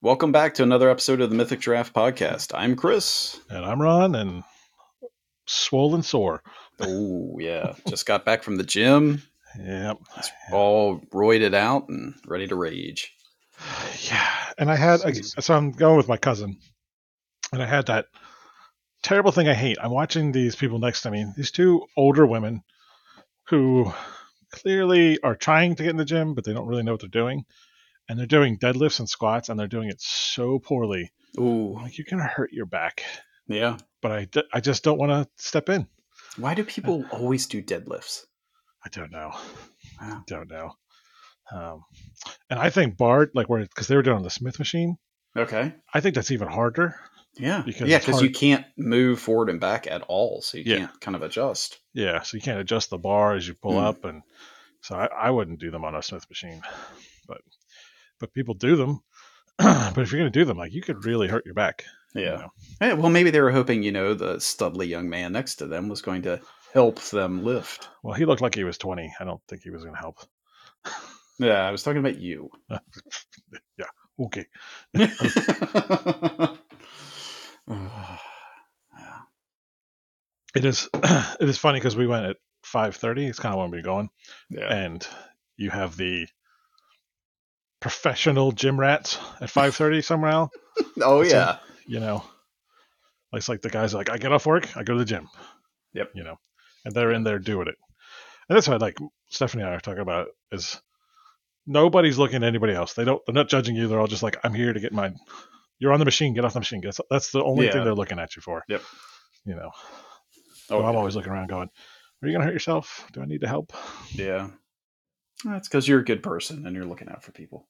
Welcome back to another episode of the Mythic Giraffe Podcast. I'm Chris. And I'm Ron, and swollen sore. Oh, yeah. Just got back from the gym, Yep. all roided out and ready to rage. Yeah. And I had, so I'm going with my cousin, and I had that terrible thing I hate. I'm watching these people next to me, these two older women who clearly are trying to get in the gym, but they don't really know what they're doing. And they're doing deadlifts and squats, and they're doing it so poorly. Ooh, Like, you're going to hurt your back. yeah. But I, d- I just don't want to step in. Why do people always do deadlifts? I don't know. Wow. Don't know. Um, and I think Bard, like where because they were doing the Smith machine, Okay. I think that's even harder. Yeah. Because yeah, it's because hard- you can't move forward and back at all. So you Yeah. can't kind of adjust. Yeah, so you can't adjust the bar as you pull Mm. up, and so I, I wouldn't do them on a Smith machine, but but people do them. but if you're gonna do them, like you could really hurt your back. you Yeah. know? yeah. Well, maybe they were hoping, you know, the studly young man next to them was going to help them lift. Well, he looked like he was 20. I don't think he was gonna help. Yeah, I was talking about you. Okay. yeah. It is it is funny because we went at 5:30. It's kind of when we were going. and you have the professional gym rats at 5.30 somehow Oh It's a- yeah. you know it's like the guys are like i get off work i go to the gym Yep. you know and they're in there doing it and that's why like stephanie and i are talking about it, is nobody's looking at anybody else they don't they're not judging you they're all just like i'm here to get mine you're on the machine get off the machine that's, that's the only Yeah. thing they're looking at you for Yep. you know Oh so i'm always looking around going are you going to hurt yourself do i need to help yeah. That's because you're a good person and you're looking out for people.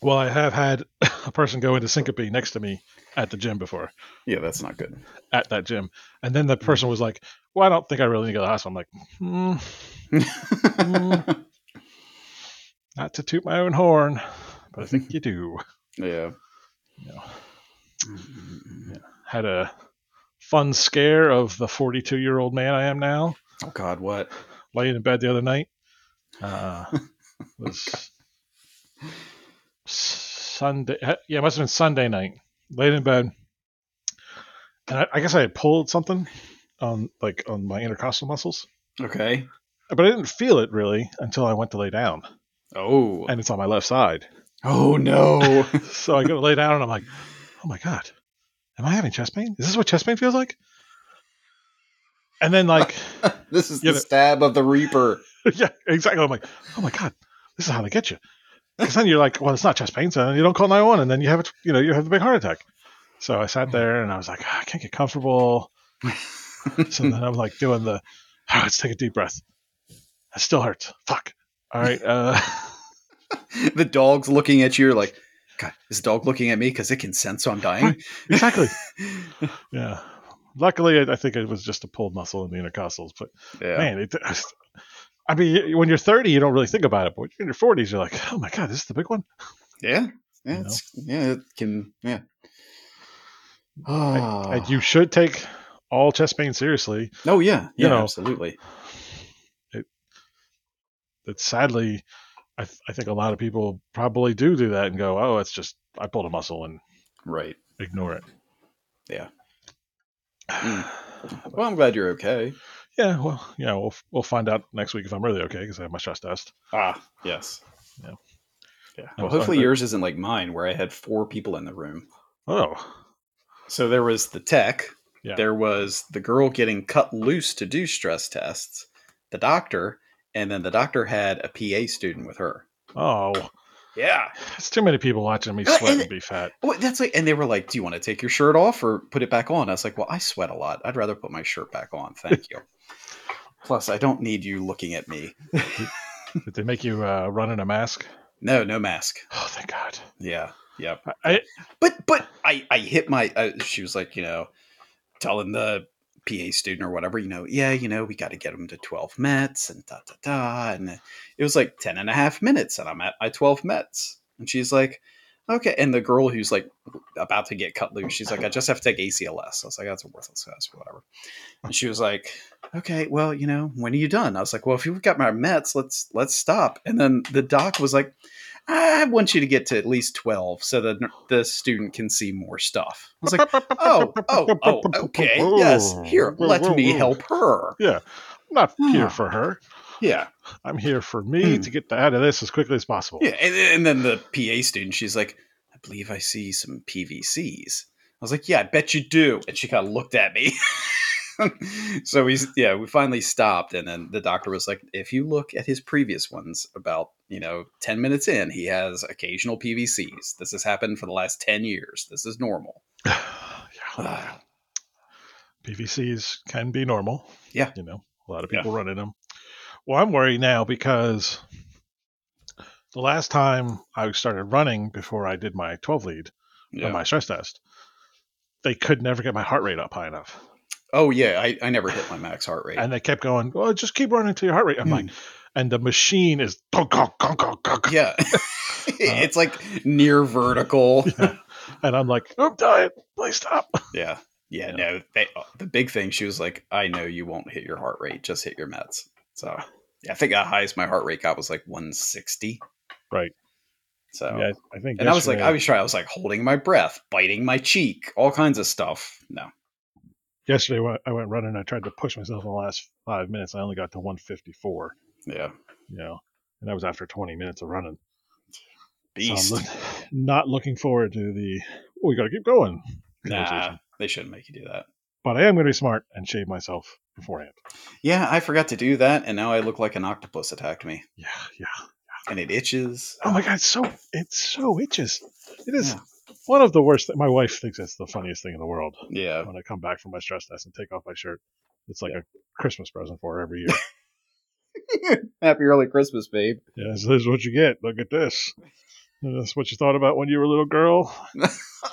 Well, I have had a person go into syncope next to me at the gym before, Yeah, that's not good. at that gym. And then the person was like, Well, I don't think I really need to go to the hospital. I'm like, hmm, Mm-hmm. Mm. Not to toot my own horn, but I think you do. yeah. You know, Mm-hmm. had a fun scare of the 42 year old man I am now, Oh God, what? laying in bed the other night. Uh, was Sunday. uh, Yeah, it must have been Sunday night. Laid in bed, and I, I guess I had pulled something on like on my intercostal muscles, Okay. but I didn't feel it really until I went to lay down, Oh. and it's on my left side. Oh no. So I go to lay down, and I'm like, "Oh my god, am I having chest pain? Is this what chest pain feels like?" And then like, this is You the know- stab of the Reaper. yeah, exactly. I'm like, "Oh my god, this is how they get you." Because then you're like, "Well, it's not chest pain, so then you don't call 911, and then you have it, you know, you have the big heart attack." So I sat there and I was like, "Ah, "I can't get comfortable." So then I'm like doing the, oh, let's take a deep breath. It still hurts. Fuck. All right. Uh, the dog's looking at you. You're like, God, is the dog looking at me because it can sense I'm dying? exactly. yeah. Luckily, I I think it was just a pulled muscle in the intercostals. But yeah. man, it, I mean, when you're 30, you don't really think about it. But when you're in your 40s, you're like, oh my God, this is the big one. Yeah. Yeah, You it's, yeah, it can. Yeah. Ah. And you should take all chest pain seriously. oh yeah, yeah, you know. absolutely. That sadly, I, th- I think a lot of people probably do do that and go, oh, it's just, I pulled a muscle and Right. ignore it. Yeah. Well, I'm glad you're okay. Yeah, well, yeah, we'll we'll find out next week if I'm really okay because I have my stress test. Ah, yes. Yeah. Yeah. I'm Well, sorry, hopefully but- yours isn't like mine, where I had four people in the room. Oh, So there was the tech. Yeah. There was the girl getting cut loose to do stress tests, the doctor, and then the doctor had a PA student with her. oh, Yeah. it's too many people watching me Well, sweat and- and be fat. Well, that's like, and they were like, "Do you want to take your shirt off or put it back on?" I was like, "Well, I sweat a lot. I'd rather put my shirt back on, thank you." Plus, I don't need you looking at me. Did they make you uh, run in a mask? No, no mask. Oh, thank God. Yeah, yeah. I, I, But but I I hit my. Uh, she was like, you know, telling the PA student or whatever, you know, yeah, you know, we got to get him to twelve mets and da da da, and it was like 10 and a half minutes, and I'm at my twelve mets, and she's like. Okay, and the girl who's like about to get cut loose, she's like, I just have to take ACLS. I was like, that's a worthless test, whatever. And she was like, Okay, well, you know, when are you done? I was like, Well, if you've got my Mets, let's let's stop. And then the doc was like, I want you to get to at least 12 so that the student can see more stuff. I was like, oh, oh, oh, okay. Yes. Here, let me help her. Yeah. I'm not here for her. Yeah. I'm here for me Hmm. to get out of this as quickly as possible. Yeah. And, and then the PA student, she's like, I believe I see some PVCs. I was like, yeah, I bet you do. And she kind of looked at me. so we, yeah, we finally stopped. And then the doctor was like, if you look at his previous ones about, you know, 10 minutes in, he has occasional PVCs. This has happened for the last 10 years. This is normal. yeah. Ah. PVCs can be normal. Yeah. You know, a lot of Yeah. people run in them. Well, I'm worried now because the last time I started running before I did my 12 lead Yeah. or my stress test, they could never get my heart rate up high enough. Oh yeah, I, I never hit my max heart rate. And they kept going, well, just keep running till your heart rate. I'm Hmm. like, and the machine is gonk, gonk, gonk, gonk, gonk. yeah, it's like near vertical. and I'm like, I'm dying. Please stop. Yeah, yeah. No, they, uh, the big thing she was like, I know you won't hit your heart rate, just hit your meds. So yeah, I think the highest my heart rate got was like 160. Right. So Yeah, I think. and I was like, yesterday- I was trying. I was like holding my breath, biting my cheek, all kinds of stuff. No. yesterday when I went running, I tried to push myself in the last five minutes. I only got to 154, Yeah. you know, and that was after 20 minutes of running. So I'm Beast. look- not looking forward to the, oh, we got to keep going. nah, conversation. they shouldn't make you do that. But I am going to be smart and shave myself beforehand. Yeah, I forgot to do that, and now I look like an octopus attacked me, Yeah, yeah. and it itches. Oh my God, it's so, it's so itches. It is Yeah. one of the worst. Th- my wife thinks it's the funniest thing in the world. Yeah. When I come back from my stress test and take off my shirt, it's like a Christmas present for her every year. Happy early Christmas, babe. yeah, this is what you get. Look at this. That's what you thought about when you were a little girl.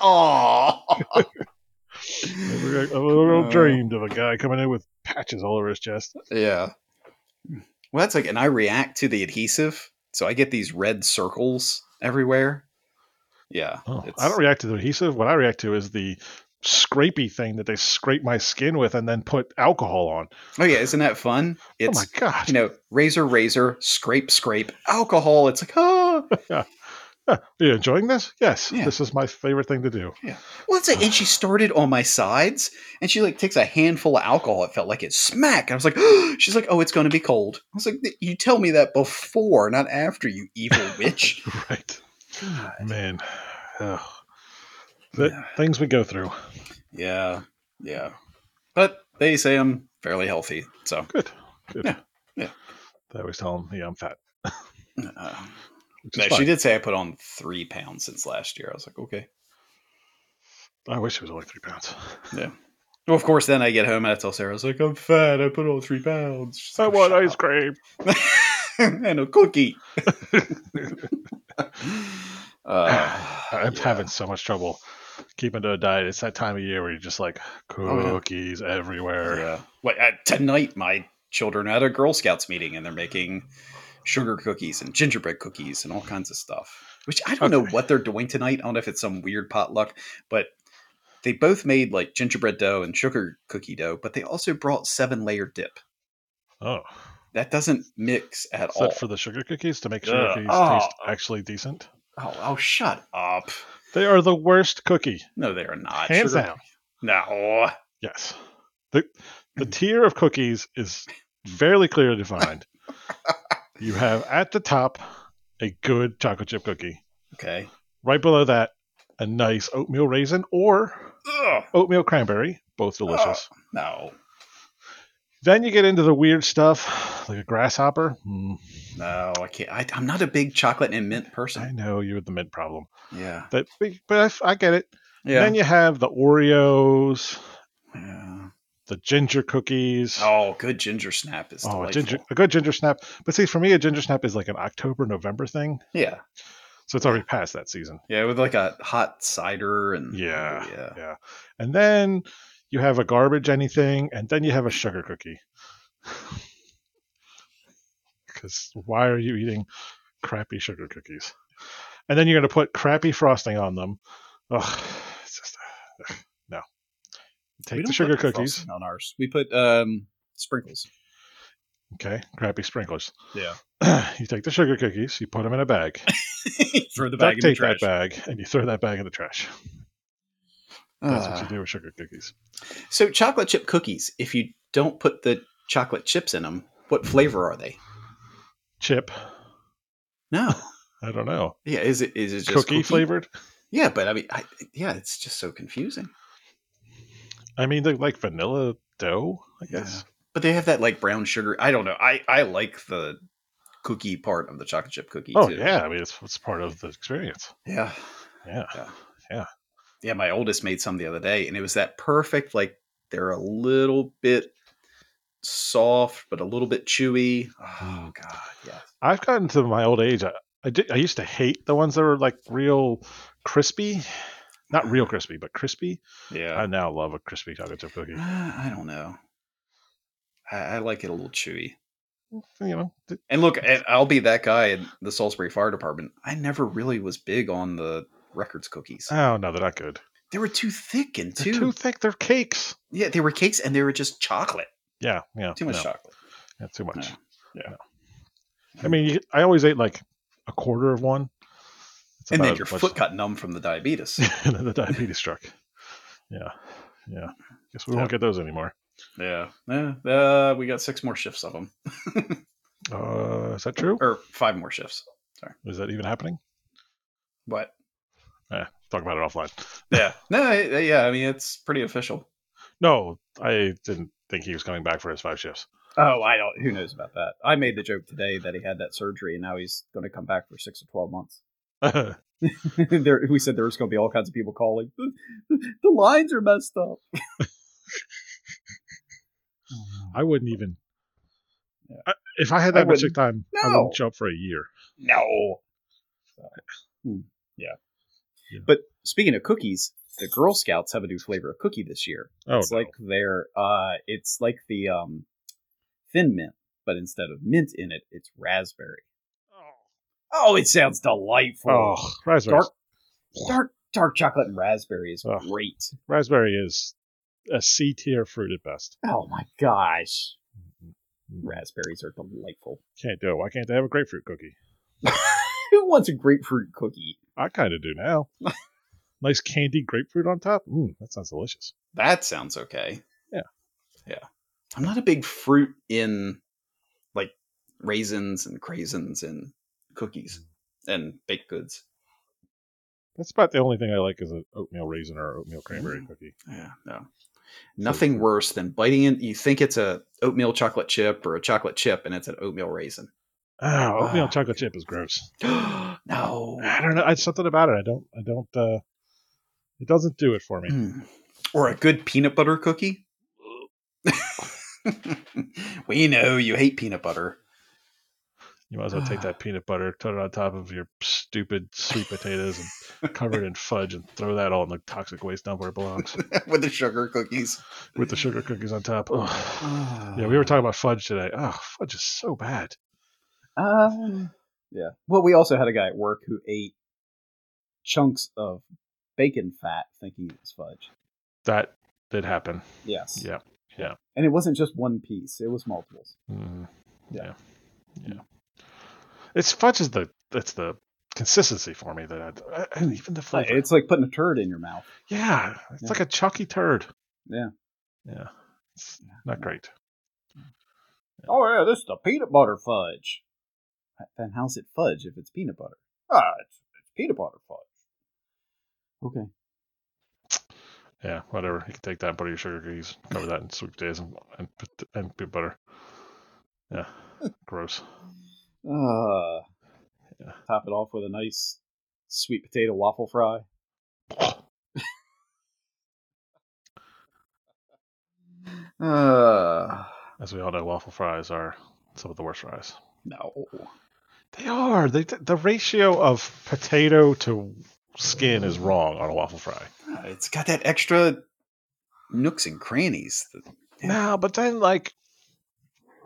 Oh. I was- I was a little Oh. dreamed of a guy coming in with patches all over his chest. yeah. Well, that's like, and I react to the adhesive, so I get these red circles everywhere. Yeah, Oh, I don't react to the adhesive. What I react to is the scrapey thing that they scrape my skin with and then put alcohol on. oh yeah, isn't that fun? It's oh my gosh. you know, razor, razor, scrape, scrape, alcohol. It's like, oh, Are you enjoying this? Yes. Yeah. This is my favorite thing to do. well, it's like, and she started on my sides, and she like takes a handful of alcohol. It felt like it smack. I was like, she's like, oh, it's going to be cold. I was like, you tell me that before, not after, you evil witch. Right. God. Man. Ugh. The Yeah. things we go through. Yeah, yeah. But they say I'm fairly healthy, so Good. Good. Yeah. Yeah. They always tell them, yeah, I'm fat. uh, Which no, is she fine. did say I put on three pounds since last year. I was like, okay. I wish it was only three pounds. Well, of course, then I get home and I tell Sarah, I was like, I'm fat. I put on three pounds. She's I like, want Oh, "Shut ice cream. up." and a cookie. uh, I'm yeah. having so much trouble keeping to a diet. It's that time of year where you're just like Oh, yeah. cookies everywhere. Yeah. Wait, uh, tonight, my children are at a Girl Scouts meeting and they're making sugar cookies and gingerbread cookies and all kinds of stuff, which I don't know Okay. what they're doing tonight. I don't know if it's some weird potluck, but they both made like gingerbread dough and sugar cookie dough, but they also brought seven layer dip. Oh, That doesn't mix at all. except for the sugar cookies to make sugar Ugh. cookies Oh. taste actually decent. oh, oh, shut up. They are the worst cookie, No, they are not. hands Ah, Sugar- down. No. Yes, the the tier of cookies is fairly clearly defined. you have at the top a good chocolate chip cookie. Okay. Right below that, a nice oatmeal raisin or Ugh, oatmeal cranberry, both delicious. no. Then you get into the weird stuff, like a grasshopper. Mm, No, I can't. I, I'm not a big chocolate and mint I person. know you had the mint problem, Yeah. but but I f- I, get it. Yeah. Then you have the Oreos, yeah. the ginger cookies. Oh, good ginger snap is Oh, delightful. a ginger, a good ginger snap. But see, for me, a ginger snap is like an October, November thing, Yeah, so it's already past that season. yeah, with like a hot cider and Yeah, yeah. yeah. And then you have a garbage anything, and then you have a sugar cookie. Because why are you eating crappy sugar cookies? And then you're going to put crappy frosting on them. Ugh, it's just ugh, no. We Take the don't sugar put cookies. frosting on ours. We put um sprinkles. Okay, crappy sprinkles. Yeah. you take the sugar cookies, you put them in a bag, Throw the bag duct in the tape trash. that bag, and you throw that bag in the trash. That's what Ah. you do with sugar cookies. So chocolate chip cookies. If you don't put the chocolate chips in them, what flavor are they? Chip, No. I don't know, Yeah. Is it is it just cookie, flavored. Yeah, but I mean, I, yeah, it's just so confusing. I mean, they're like vanilla dough, I guess. But they have that like brown sugar. I don't know. I I like the cookie part of the chocolate chip cookie. oh too. yeah, I mean, it's, it's part of the experience. Yeah. Yeah, yeah, my oldest made some the other day, and it was that perfect. Like they're a little bit soft, but a little bit chewy. Mm. Oh god, yeah. I've gotten to my old age. I I, did, I used to hate the ones that were like real crispy, not real crispy, but crispy. I Yeah, now love a crispy chocolate chip cookie. I, don't know. I, I like it a little chewy. You know, th- And look, and I'll be that guy in the Salisbury Fire Department. I never really was big on the records cookies. oh no, they're not good. they were too thick and They're too, too thick. They're cakes. yeah. They were cakes and they were just chocolate. Yeah, yeah. Too much no, chocolate. yeah, too much. Yeah. No. I mean, you- I always ate like a quarter of one. It's And then about your as much- foot got numb from the diabetes. and then the diabetes struck. Yeah, yeah. Guess we won't get those anymore. yeah, yeah. Uh, we got six more shifts of them. Uh, is that true? or five more shifts. Is that even happening? But Talk about it offline. yeah, no, I- yeah. I mean, it's pretty official. No, I didn't think he was coming back for his five shifts. Oh, I don't. Who knows about that? I made the joke today that he had that surgery and now he's going to come back for six or twelve months. yeah, there, we said there was going to be all kinds of people calling. The, the lines are messed up. I wouldn't even. Yeah. I, if I had I that much sick wouldn't. time, I No. wouldn't jump for a year. No. So, hmm, yeah. Yeah. But speaking of cookies, the Girl Scouts have a new flavor of cookie this year. Oh, it's no. like their uh, it's like the um, thin mint, but instead of mint in it, it's raspberry. Oh, it sounds delightful. oh, raspberry. dark, dark, dark chocolate and raspberry is Oh. great. Raspberry is a C tier fruit at best. Oh my gosh, Mm-hmm. raspberries are delightful. Can't do it. Why can't they have a grapefruit cookie? Who wants a grapefruit cookie? I kind of do now. nice candy grapefruit on top. Mm, that sounds delicious. That sounds okay. Yeah. yeah. I'm not a big fruit in like raisins and craisins and cookies Mm. and baked goods. That's about the only thing I like is an oatmeal raisin or oatmeal cranberry cookie. Yeah, no. Nothing worse than biting in. You think it's a oatmeal chocolate chip or a chocolate chip, and it's an oatmeal raisin. Oh, oatmeal Ah. chocolate chip is gross. no. I don't know. It's something about it. I don't. I don't. uh It doesn't do it for me. Mm. Or a good peanut butter cookie. we know you hate peanut butter. You might as well take that peanut butter, put it on top of your stupid sweet potatoes, and cover it in fudge, and throw that all in the toxic waste dump where it belongs, with the sugar cookies. with the sugar cookies on top. Ugh. Yeah, we were talking about fudge today. Oh, fudge is so bad. Um, yeah. Well, we also had a guy at work who ate chunks of bacon fat thinking it was fudge. That did happen. Yes. Yeah, yeah. And it wasn't just one piece; it was multiples. Mhm. Yeah. yeah, yeah. It's fudge is the that's the consistency for me that I, and even the flavor. It's like putting a turd in your mouth. Yeah, it's Yeah. like a chalky turd. Yeah. Yeah. It's not great. Oh yeah, this is the peanut butter fudge. Then how's it fudge if it's peanut butter? Ah, it's, it's peanut butter fudge. Okay. Yeah, whatever. You can take that and put it in your sugar cookies, cover that in sweet potatoes and, and, put- and peanut butter. Yeah. Gross. Uh, Yeah. Top it off with a nice sweet potato waffle fry. Uh, As we all know, waffle fries are some of the worst fries. no. They are. They, the ratio of potato to skin is wrong on a waffle fry. It's got that extra nooks and crannies. No, but then like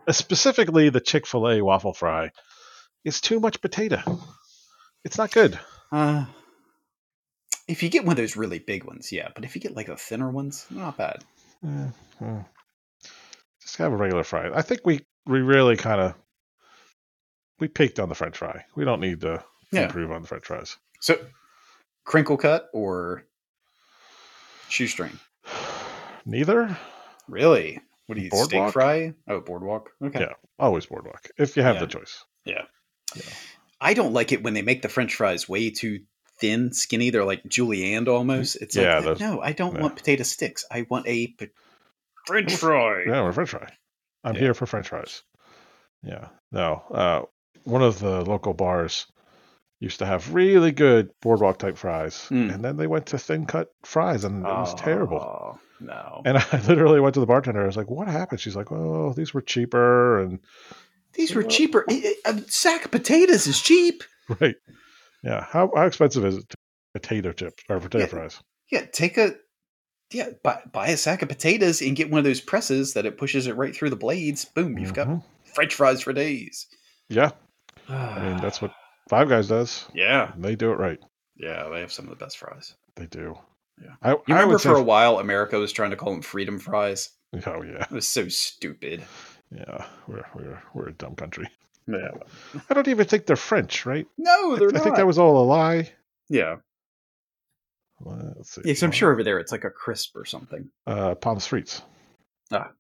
uh, specifically the Chick Fil A waffle fry, it's too much potato. It's not good. Uh, if you get one of those really big ones, yeah. But if you get like the thinner ones, not bad. Just have a regular fry. I think we we really kind of we peaked on the French fry. We don't need to Yeah. improve on the French fries. So, crinkle cut or shoestring? Neither. Really? What do you steak Boardwalk. fry? Oh, boardwalk. Okay. Yeah. Always boardwalk if you have the Yeah. choice. I don't like it when they make the French fries way too thin, skinny. They're like julienne almost. It's like Yeah, uh, those- no, I don't yeah. want potato sticks. I want a p- French fry. Yeah, we're French fry. I'm Yeah. here for French fries. Yeah. No. Uh, one of the local bars used to have really good boardwalk type fries, Mm. and then they went to thin cut fries, and it was terrible. Oh, No, And I literally went to the bartender. I was like, "What happened?" She's like, "Well, these were cheaper, and these were cheaper. A- A a sack of potatoes is cheap. right, yeah. How how expensive is it? to- Potato chips or potato Yeah. fries? Yeah, take a yeah, buy, buy a sack of potatoes and get one of those presses that it pushes it right through the blades. Boom, you've got Mhm. French fries for days. Ah. yeah. I mean, that's what Five Guys does. yeah, And they do it right. yeah. They have some of the best fries. They do. Yeah. I, You I remember would for a say, while America was trying to call them freedom fries. oh yeah, It was so stupid. yeah. We're we're we're a dumb country. Yeah. I don't even think they're French, right? No, I- they're I, not. think that was all a lie. yeah. Let's see. Yeah, because I'm sure over there it's like a crisp or something. Uh, Palm Streets. Ah.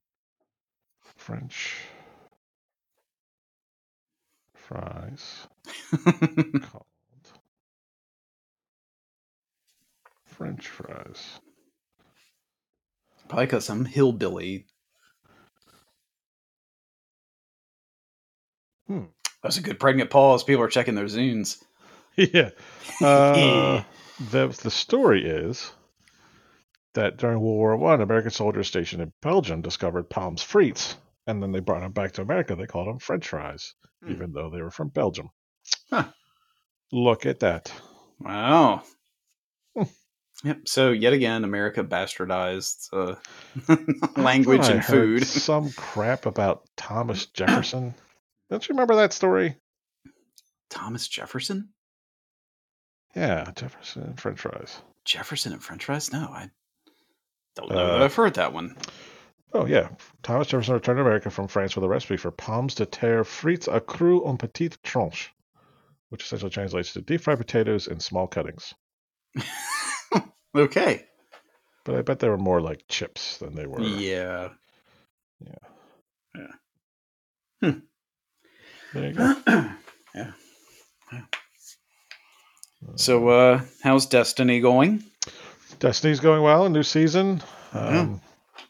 French fries called French fries. Probably because some hillbilly. Hmm. That's a good pregnant pause. People are checking their Zunes. yeah. Uh, the the story is that during World War One, American soldiers stationed in Belgium discovered Palm Frites, and then they brought them back to America. They called them French fries, Hmm. even though they were from Belgium. Huh. Look at that. Wow. Hmm. Yep. So yet again, America bastardized uh, language Thought I and heard food. Some crap about Thomas Jefferson. Don't you remember that story? Thomas Jefferson, Yeah, Jefferson French fries. Jefferson and French fries. No, I don't know Uh, that I've heard that one. Oh yeah, Thomas Jefferson returned to America from France with a recipe for pommes de terre frites à cru en petites tranches, which essentially translates to deep fried potatoes in small cuttings. Okay. But I bet they were more like chips than they were. Yeah. There you go. yeah. So, uh, how's Destiny going? Destiny's going well. New season. Um,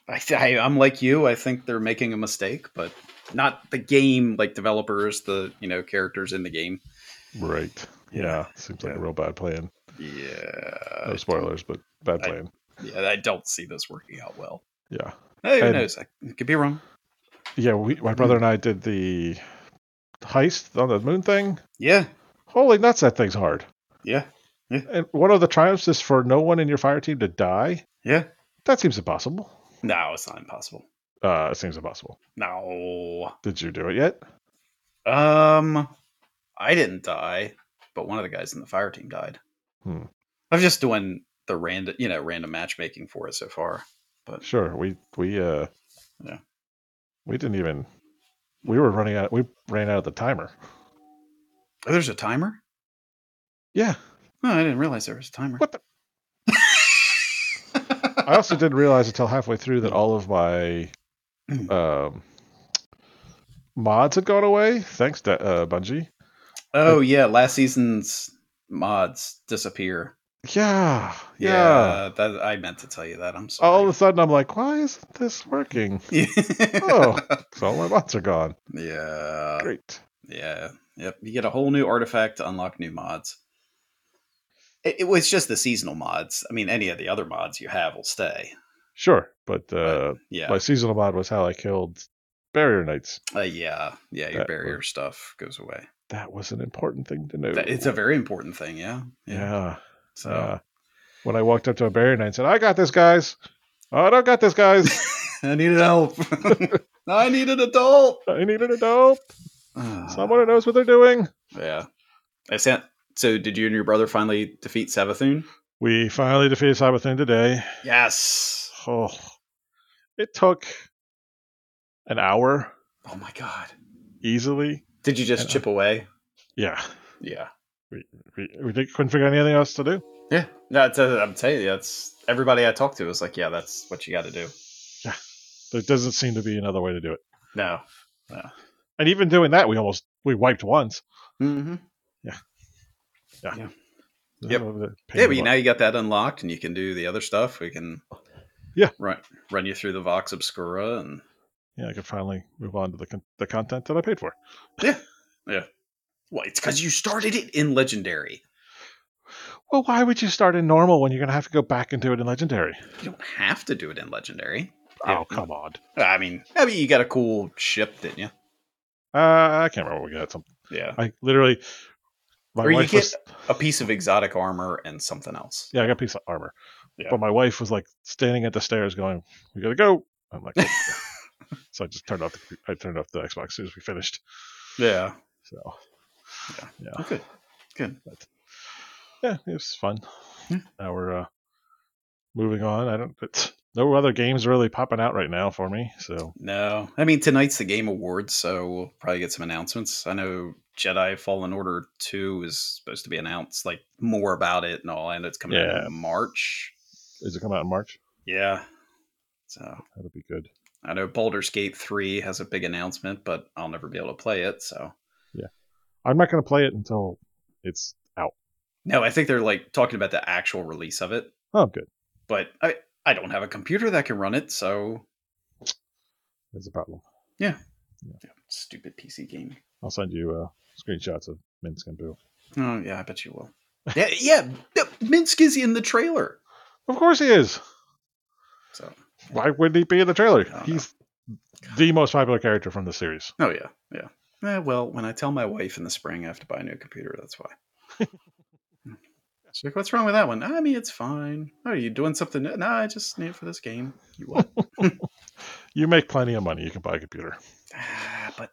I, th- I I'm like you. I think they're making a mistake, but not the game, like developers, the you know characters in the game. Right. Yeah. Seems like a Yeah. real bad plan. Yeah, No spoilers, but bad Uh, I- plan. yeah. I don't see this working out well. yeah. Hey, who And- knows? I could be wrong. Yeah. We, my brother and I did the heist on the moon thing. Yeah, Holy nuts! That thing's hard. yeah, And one of the triumphs is for no one in your fire team to die. yeah. That seems impossible. No, it's not impossible. Uh, it seems impossible. No. Did you do it yet? Um, I didn't die, but one of the guys in the fire team died. Hmm. I'm just doing the random, you know, random matchmaking for it so far. Sure. We we uh Yeah. We didn't even. We were running out. We ran out of the timer. Oh, there's a timer. Yeah. No, I didn't realize there was a timer. What the- I also didn't realize until halfway through that all of my um mods had gone away. Thanks, De- uh, Bungie. Oh yeah, last season's mods disappear. Yeah. Yeah. that, I meant to tell you that. I'm sorry. All of a sudden, I'm like, why isn't this working? yeah. Oh, so all my mods are gone. yeah, Great. yeah, yep. You get a whole new artifact to unlock new mods. It, it was just the seasonal mods. I mean, any of the other mods you have will stay. Sure, but But, uh, yeah, my seasonal mod was how I killed barrier knights. uh, yeah, yeah. Your That barrier stuff goes away. That was an important thing to know. That- it's a very important thing. Yeah, yeah. So yeah. When I walked up to a barrier knight and said, "I got this, guys," "Oh, I don't got this, guys. I needed help. I need an adult. I need an adult. Someone who knows what they're doing." Yeah. I sent. So, did you and your brother finally defeat Savathun? We finally defeated Sabathun today. Yes. Oh, it took an hour Oh my god. easily. Did you just And, uh, chip away? Yeah. Yeah. We, we, we did- couldn't figure out anything else to do. Yeah. No, it's, uh, I'm telling you, that's everybody I talked to was like, yeah, that's what you got to do. There doesn't seem to be another way to do it. No. And even doing that, we almost we wiped once. Mm-hmm. Yep. Uh, The pain Yeah, in but the now you got that unlocked, and you can do the other stuff. We can, Yeah. run run you through the Vox Obscura, and yeah, I could finally move on to the con- the content that I paid for. well, it's because you started it in Legendary. Well, why would you start in normal when you're going to have to go back and do it in legendary? You don't have to do it in Legendary. Oh, come on. I mean, I mean, you got a cool ship, didn't you? Uh, I can't remember what we got. Some Yeah, I literally my Or you wife get- was a piece of exotic armor and something else. yeah, I got a piece of armor. Yeah. But my wife was like standing at the stairs going, "We got to go." I'm like "Okay." So I just turned off the I turned off the Xbox as soon as we finished. Yeah, So good. but yeah, it was fun. Yeah. Now we're uh, moving on. I don't. It's, no other games really popping out right now for me. So No, I mean tonight's the Game Awards, so we'll probably get some announcements. I know Jedi Fallen Order Two is supposed to be announced, like more about it and all, and it's coming out Yeah. in March. is it come out in March? Yeah, so That'll be good. I know Baldur's Gate 3 has a big announcement, but I'll never be able to play it. So, I'm not going to play it until it's out. no, I think they're like talking about the actual release of it, Oh, good. but I, I don't have a computer that can run it. So, That's a problem. yeah, stupid PC game. I'll send you uh, screenshots of Minsk and Boo. Oh, yeah, I bet you will. yeah, yeah, yeah, Minsk is in the trailer. Of course he is. So, Why wouldn't he be in the trailer? don't know. He's the most popular character from the series. oh, yeah, yeah. Eh, well, when I tell my wife in the spring I have to buy a new computer, that's why. She's like, what's wrong with that one? I mean, it's fine. Oh, are you doing something? No, I just need it for this game. You what? You make plenty of money. You can buy a computer. Ah, but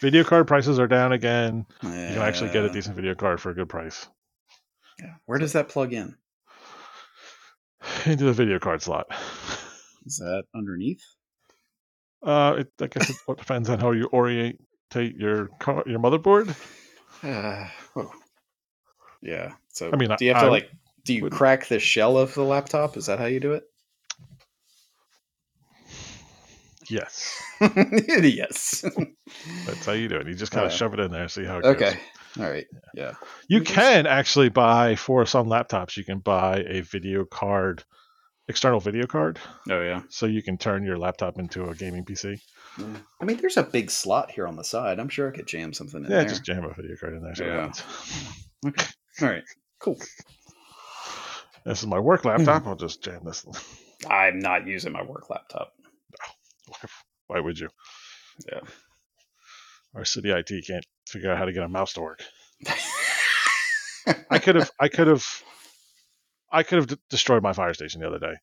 Video card prices are down again. You can actually get a Yeah. decent video card for a good price uh, Yeah. Where does that plug in? into the video card slot. Is that underneath? Uh, it, I guess it what depends on how you orientate your car, your motherboard. Uh, whoa. Yeah. So I mean, do you have to I- like do you would- crack the shell of the laptop? Is that how you do it? Yes, yes. that's how you do it. You just kind Uh, of shove it in there, see how it goes. okay. All right. Yeah. You You just- can actually buy for some laptops. You can buy a video card, external video card, Oh yeah. so you can turn your laptop into a gaming PC. Yeah. I mean, there's a big slot here on the side. I'm sure I could jam something in yeah, there. just jam a video card in there. So it Yeah. runs. All right. Cool. This is my work laptop. I'll just jam this. I'm not using my work laptop. Why would you? Yeah. Our city IT can't figure out how to get a mouse to work. I could have, I could have, I could have d- destroyed my fire station the other day.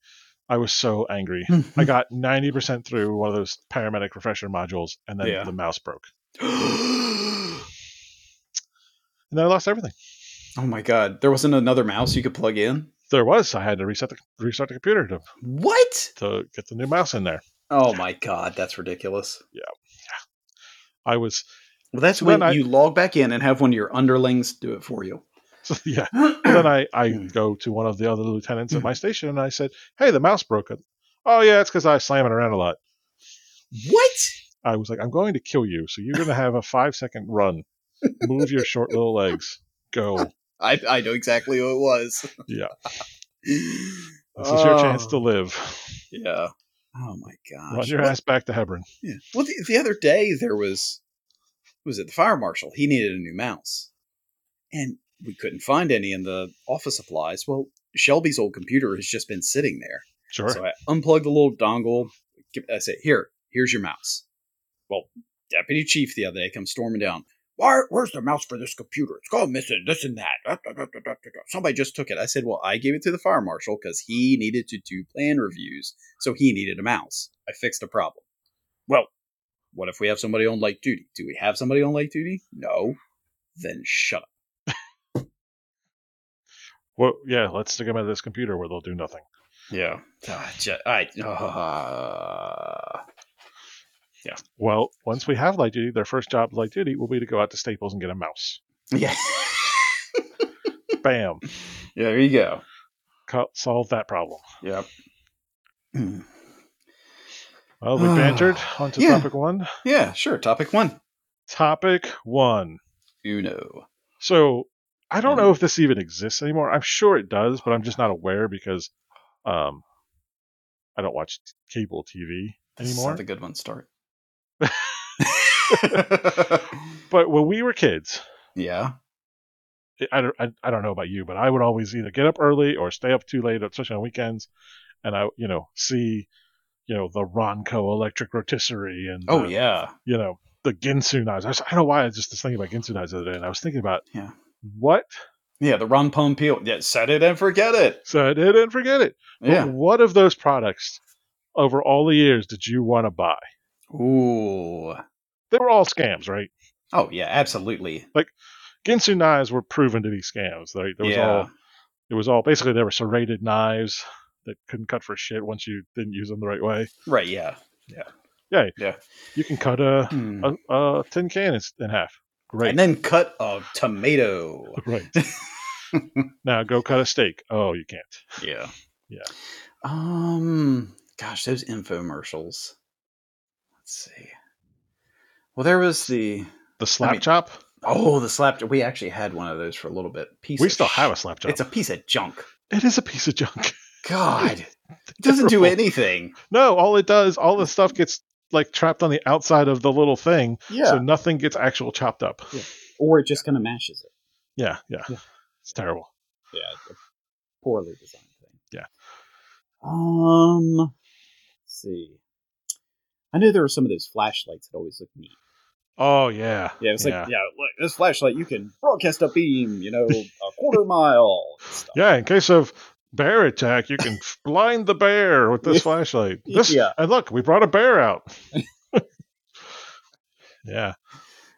I was so angry. I got ninety percent through one of those paramedic refresher modules, and then Yeah. the mouse broke, oh and then I lost everything. my god. There wasn't another mouse you could plug in? There was. I had to reset the restart the computer to What? to get the new mouse in there. Oh my god, that's ridiculous. I was, Well, that's So when then I- you log back in and have one of your underlings do it for you. yeah. then I I Mm. go to one of the other lieutenants at my station, and I said, "Hey, the mouse broke." Oh yeah, it's because I slam it around a lot. what? I was like, I'm going to kill you. So you're going to have a five second run. Move your short little legs. Go. This I, I know exactly who it was. Yeah. This is your chance to live. Yeah. Oh my gosh. Run your Well, ass back to Hebron. yeah. Well, the, the other day there was, was it the fire marshal? He needed a new mouse, and we couldn't find any in the office supplies. Well, Shelby's old computer has just been sitting there. Sure. So I unplug the little dongle. give- I say, here, here's your mouse. Well, Deputy Chief the other day comes storming down. Why, where's the mouse for this computer? It's gone missing, this and that. Da, da, da, da, da, da, da." Somebody just took it. I said, well, I gave it to the fire marshal because he needed to do plan reviews, so he needed a mouse. I fixed the problem. Well, what if we have somebody on light duty? Do we have somebody on light duty? No. Then shut up. well, yeah, let's stick them out of this computer where they'll do Ah, nothing. Yeah. I, uh, Yeah. Well, once we have light duty, their first job of light duty will be to go out to Staples and get a mouse. Yeah. Bam. yeah. There you go. Co- solve that problem. Yep. Hmm. Well, we bantered. On to Yeah. topic one. Yeah. Sure. Topic one. Topic one. Uno. So I don't know if this even exists anymore. I'm sure it does, but I'm just not aware because um, I don't watch t- cable TV This is how anymore. the good ones start. But when we were kids, yeah. I- I don't, I, I don't know about you, but I would always either get up early or stay up too late, especially on weekends, and I, you know, see, you know, the Ronco electric rotisserie and Oh the, yeah. you know, the Ginsu knives. I, was- I don't know why I was just was thinking about Ginsu knives the other day, and I was thinking about Yeah. what Yeah. The Ron Palm Peel. Yeah. Set it and forget it. so I didn't forget it. But Yeah. what of those products over all the years did you want to buy? Ooh. They were all scams, right? Oh yeah. Absolutely. Ginsu knives were proven to be scams. They, there was yeah. all it was all basically they were serrated knives that couldn't cut for shit once you didn't use them the right way. Right. Yeah. You can cut a Hmm. a, a tin can in, in half. Great. And then cut a tomato. Right. now go cut a steak. Oh, you can't. Yeah. Yeah. Um gosh, those infomercials. Let's see. Well, there was the The slap mean, chop. oh the slap. We actually had one of those for a little bit. Piece We of still sh- have a slap chop. It's a piece of junk. it is a piece of junk. God, it doesn't do Terrible. anything. No, all it does, all the stuff gets like trapped on the outside of the little thing, Yeah. so nothing gets actual chopped up. Yeah. or it just kind of mashes it. Yeah, yeah. Yeah. It's terrible. Yeah, it's a poorly designed thing. Yeah. Um. Let's see. I know there were some of those flashlights that always look neat. Oh yeah. Yeah, it's Yeah. like, yeah, look, this flashlight, you can broadcast a beam, you know, a quarter mile. and stuff. Yeah, in case of bear attack, you can blind the bear with this Yeah. flashlight. This Yeah. and look, we brought a bear out. yeah.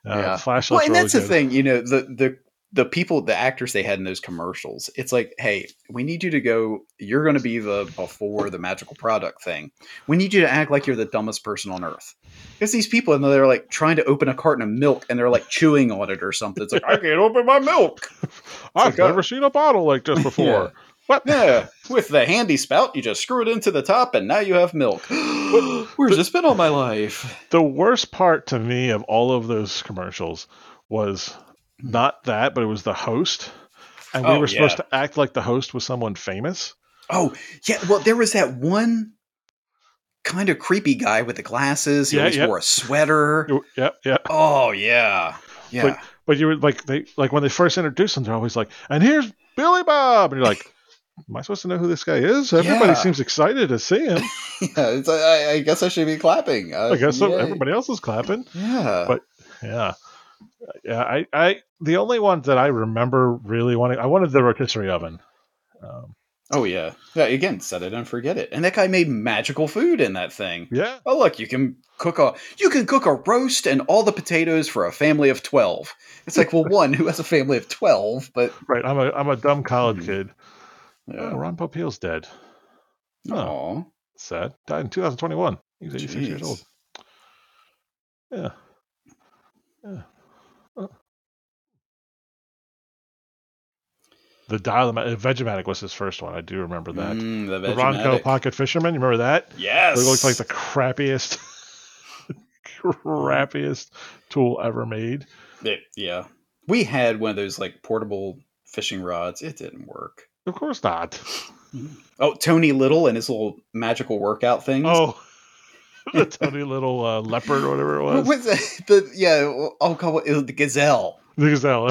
Uh, Yeah. Flashlights. Well, and were that's the always good. thing, you know, the, the, the people, the actors they had in those commercials, it's like, hey, we need you to go. You're going to be the before the magical product thing. We need you to act like you're the dumbest person on earth. Because these people, and they're like trying to open a carton of milk, and they're like chewing on it or something. It's like I can't open my milk. I've like, uh, never seen a bottle like this before. What? Yeah, with the handy spout, you just screw it into the top, and now you have milk. Where's this been all my life? The worst part to me of all of those commercials was not that, but it was the host. And we Oh, were supposed to act like the host was someone famous. Oh, yeah. Well, there was that one kind of creepy guy with the glasses. He Yeah, always yeah. wore a sweater. You- Yeah, yeah. Oh, yeah. Yeah. But you were like they like when they first introduced them, they're always like, and here's Billy Bob. And you're like, Am I supposed to know who this guy is? Everybody Yeah. seems excited to see him. yeah it's, I, I guess I should be clapping. Uh, I guess so- yay. everybody else is clapping. Yeah. but- Yeah. Yeah. I, I the only one that I remember really wanting I wanted the rotisserie oven. Um, oh, yeah. Yeah. Again, set it and forget it. And that guy made magical food in that thing. yeah. Oh look, you can cook a you can cook a roast and all the potatoes for a family of twelve. It's like, well, one who has a family of twelve, but Right. I'm a I'm a dumb college Hmm. kid. Oh, yeah. Ron Popeil's dead. Oh, Aw. sad. Died in 2021. He was 86 years Jeez. old. Yeah. Yeah. Uh. The dial Vegematic was his first one. I do remember that. Mm, the the Ronco Vegematic. Pocket Fisherman. You remember that? Yes. It looked like the crappiest, crappiest tool ever made. It- yeah. We had one of those like portable fishing rods. It didn't work. Of course not. Oh, Tony Little and his little magical workout things. Oh, the tiny little uh, leopard or whatever it What was. was that? the yeah? Oh, come on, it was the gazelle. The gazelle.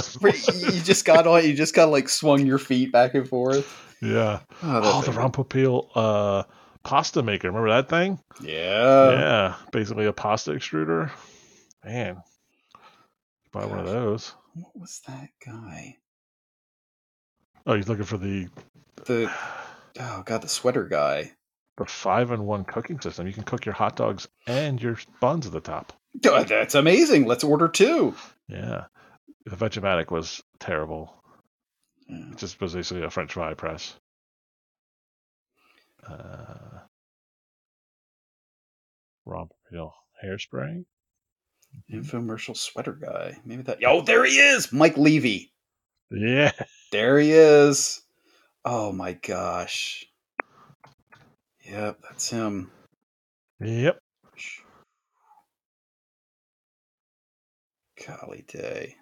you just got on. You just got like swung your feet back and forth. Yeah. Oh, the rump. Rompopil uh, pasta maker. Remember that thing? Yeah. yeah, basically a pasta extruder. Man, buy one of Gosh. those. What was that guy? Oh, he's looking for the The oh god, the sweater guy. the five in one cooking system. You can cook your hot dogs and your buns at the top. Oh, that's amazing. Let's order two. Yeah, the Vegematic was terrible. Yeah. It just was basically a French fry press. Uh, Rompopil. Hairspray. Infomercial sweater guy. Maybe that. Oh, there he is, Mike Levy. Yeah. There he is. Oh my gosh. Yep, that's him. Yep. Golly day.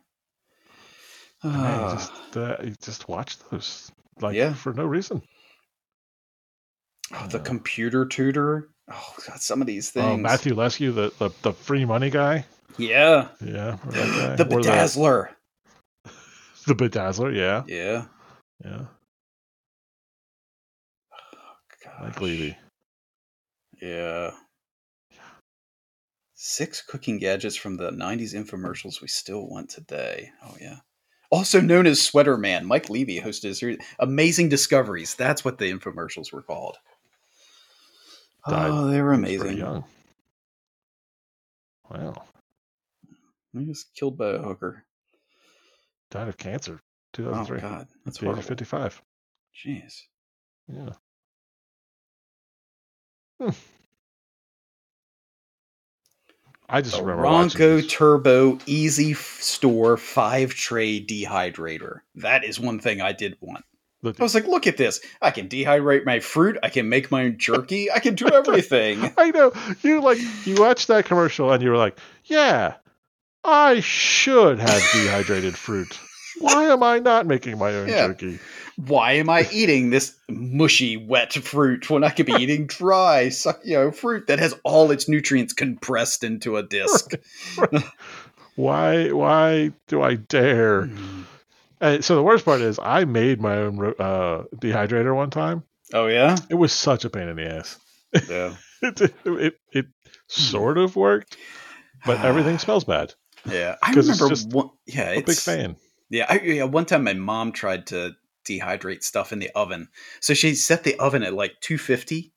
Man, you Ah, just uh, you just watch those like Yeah. for no reason. oh, the uh, computer tutor. Oh God, some of these things. Oh, Matthew Lescu, the, the the free money guy. Yeah. Yeah. or that the guy. Or bedazzler. The, the bedazzler. Yeah. Yeah. Yeah. Like Gosh. Levy. Yeah. Six cooking gadgets from the 90s infomercials we still want today. Oh, yeah. Also known as Sweater Man, Mike Levy hosted a series Amazing Discoveries. That's what the infomercials were called. Died Oh, they were He's pretty amazing. young. Wow. He was killed by a hooker. Died of cancer. Oh, 2003. God. That's At the age horrible. of 55. Jeez. Yeah. Hmm. I just The remember watching Ronco this. Turbo Easy F- Store 5 Tray Dehydrator. That is one thing I did want. Look- I was like, look at this. I can dehydrate my fruit. I can make my own jerky. I can do everything. I know you like you watched that commercial and you were like, "Yeah, I should have dehydrated fruit. Why am I not making my own Yeah. jerky?" Why am I eating this mushy, wet fruit when I could be eating dry, suck, you know, fruit that has all its nutrients compressed into a disc? Why? Why do I dare? Uh, so the worst part is, I made my own ro- uh, dehydrator one time. Oh yeah, It was such a pain in the ass. yeah, It it, it, it sort of worked, but everything smells bad. yeah. I 'Cause it's remember. just one, yeah, I'm a it's big fan. Yeah, I, yeah. One time, my mom tried to dehydrate stuff in the oven, so she set the oven at like 250,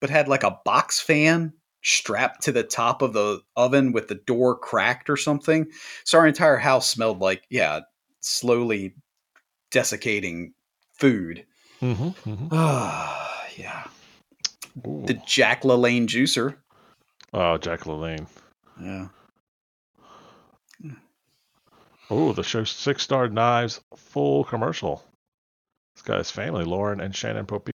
but had like a box fan strapped to the top of the oven with the door cracked or something. So our entire house smelled like yeah, slowly desiccating food. hmm hmm Ah, yeah. The Jack LaLanne juicer. mm-hmm. Oh, Jack LaLanne. Yeah. Oh, the show Six Star Knives full commercial. This guy's family, Lauren and Shannon Pope,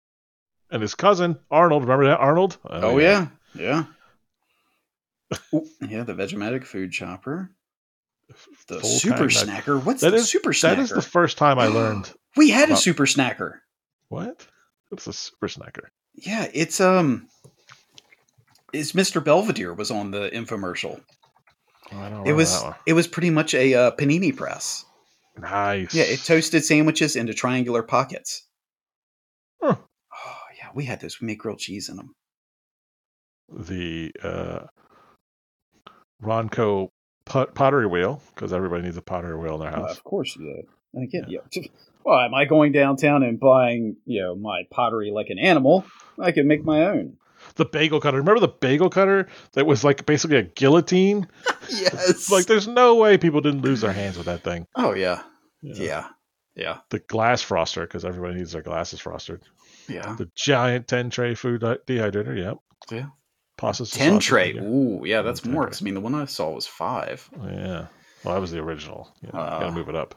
and his cousin Arnold. Remember that Arnold? Oh, yeah, yeah. Ooh, yeah, the Vegematic food chopper. The Full-time super nut- snacker. What's That the is- super snacker? That is the first time I learned We had a Well- super snacker. what. It's a super snacker. Yeah, it's um is Mr. Belvedere was on the infomercial. Oh, I don't remember It was that one. it was pretty much a uh, panini press. nice. Yeah, it toasted sandwiches into triangular pockets. Huh. Oh, yeah, we had those. We made grilled cheese in them. the uh, Ronco pot- pottery wheel because everybody needs a pottery wheel in their house. of course you did. And again, yeah. well, am I going downtown and buying, you know, my pottery like an animal? I can make my own. The bagel cutter. Remember the bagel cutter that was like basically a guillotine. yes. Like, there's no way people didn't lose their hands with that thing. oh yeah. You know? Yeah. Yeah. the glass froster because everybody needs their glasses frosted. Yeah. The giant ten tray food de- dehydrator. Yep. Yeah. Pastas. and Ten sauces, tray. Yeah. Ooh, yeah, that's Ten more. tray. 'cause, I mean, the one I saw was five. Yeah. Well, that was the original. Yeah. Ah. Gotta move it up.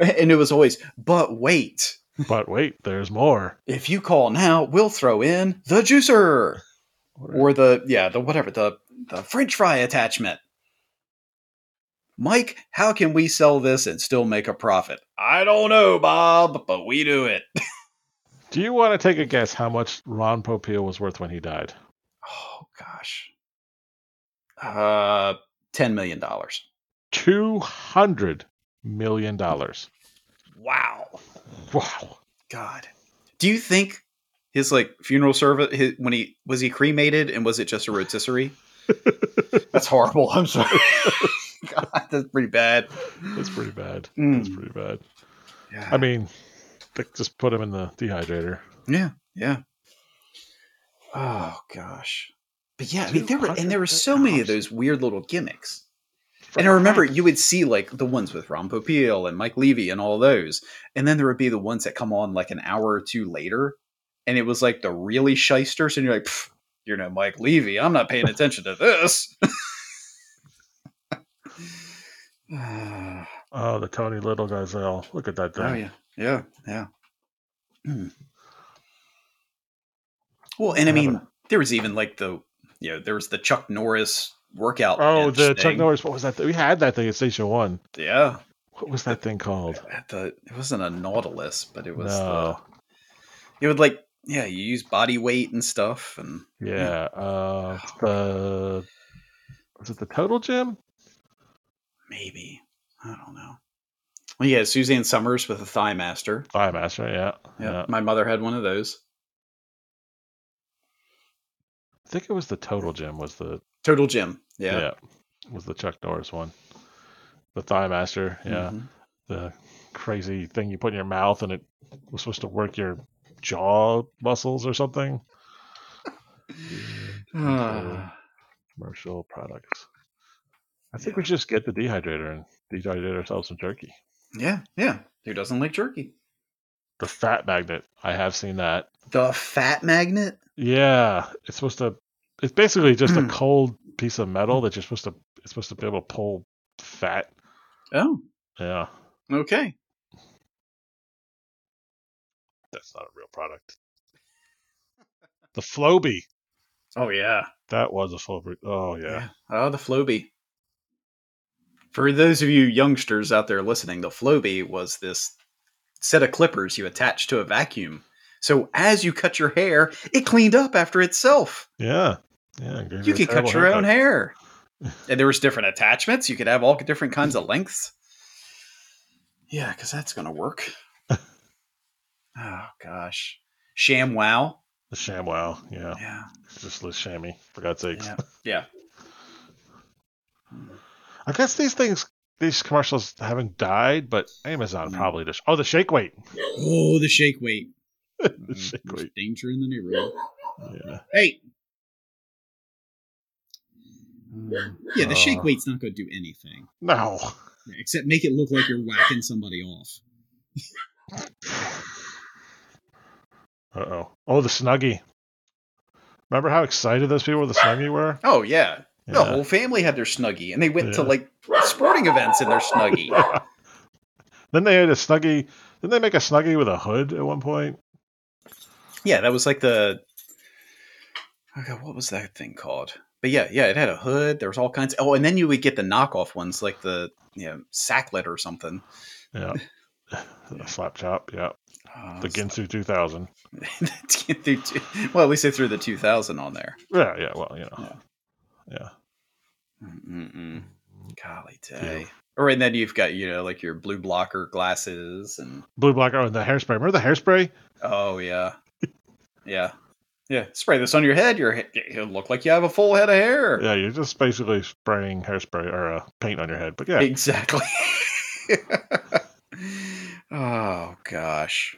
and it was always, but wait, But wait, there's more. if you call now, we'll throw in the juicer or the yeah, the whatever, the the french fry attachment. Mike, how can we sell this and still make a profit? I don't know, Bob, but we do it. Do you want to take a guess how much Ron Popeil was worth when he died? Oh gosh. Uh 10 million dollars. Two hundred million dollars. Wow. Wow. God. Do you think his like funeral service his, when he was he cremated and was it just a rotisserie? That's horrible. I'm sorry. God, that's pretty bad. That's pretty bad. That's Mm, pretty bad. yeah. I mean, they just put him in the dehydrator. yeah, yeah. Oh gosh. But yeah, I mean, there were and there were so $200. many of those weird little gimmicks. And I remember you would see like the ones with Ron Popeil and Mike Levy and all those. And then there would be the ones that come on like an hour or two later. And it was like the really shysters. And you're like, "Pff, you know, Mike Levy, I'm not paying attention to this. oh Oh, the Tony Little gazelle. Look at that thing. yeah, yeah, yeah. Hmm. Well, and I mean, there was even like the you know there was the Chuck Norris workout. Oh, bench the Chuck thing. Norris. What was that? Thing? We had that thing at Station One. Yeah, What was that thing called? at the it wasn't a Nautilus, but it was the Oh. no. it would like yeah you use body weight and stuff and yeah. Uh, the was it the Total Gym? maybe i don't know well yeah suzanne summers with a thigh master Thigh Master. Yeah. yeah, yeah. my mother had one of those I think it was the Total Gym. Was the total gym yeah, yeah, was the Chuck Norris one. The Thigh Master. Yeah. Mhm. the crazy thing you put in your mouth and it was supposed to work your jaw muscles or something. Ah, Commercial products. I think we should just get the dehydrator and dehydrate ourselves some jerky. yeah yeah who doesn't like jerky The fat magnet. I have seen that. the fat magnet Yeah, it's supposed to. It's basically just a cold piece of metal that you're supposed to. It's supposed to be able to pull fat. oh Yeah, okay that's not a real product. The Floby. oh yeah That was a Floby. Oh yeah. oh the floby for those of you youngsters out there listening the floby was this set of clippers you attached to a vacuum so as you cut your hair it cleaned up after itself Yeah. Yeah. it gave you a could terrible cut your own haircut. hair and there was different attachments you could have all different kinds of lengths yeah because that's gonna work oh gosh sham wow The ShamWow. Yeah. yeah Just the chamois, for God's sakes. yeah yeah I guess these things, these commercials haven't died, but Amazon Mm. probably just. Oh, the shake weight. oh the shake weight Uh, the shake weight. danger in the neighborhood Yeah. hey yeah the shake Uh. weight's not gonna do anything No. except make it look like you're whacking somebody off Uh oh. Oh, the Snuggie. Remember how excited those people with the Snuggie were? oh yeah the Yeah. whole family had their snuggie and they went to Yeah. like sporting events in their snuggie Then they had a Snuggie. Didn't they make a Snuggie with a hood at one point? Yeah, that was like the. Oh God, what was that thing called? But yeah, yeah, it had a hood. There was all kinds. oh, and then you would get the knockoff ones, like the you know sacklet or something. Yeah. a slap chop. Yeah. Oh, The Ginsu 2000. well, at least they threw the two thousand on there. Yeah. Yeah. Well, you know. Yeah. Yeah. Mm-mm-mm. Golly day. Or and then you've got you know like your blue blocker glasses and Blue black. Oh, and the hairspray. Remember the hairspray? oh yeah, yeah, yeah. Spray this on your head. Your he- it'll look like you have a full head of hair. Yeah, you're just basically spraying hairspray or uh, paint on your head. But yeah, Exactly. oh gosh.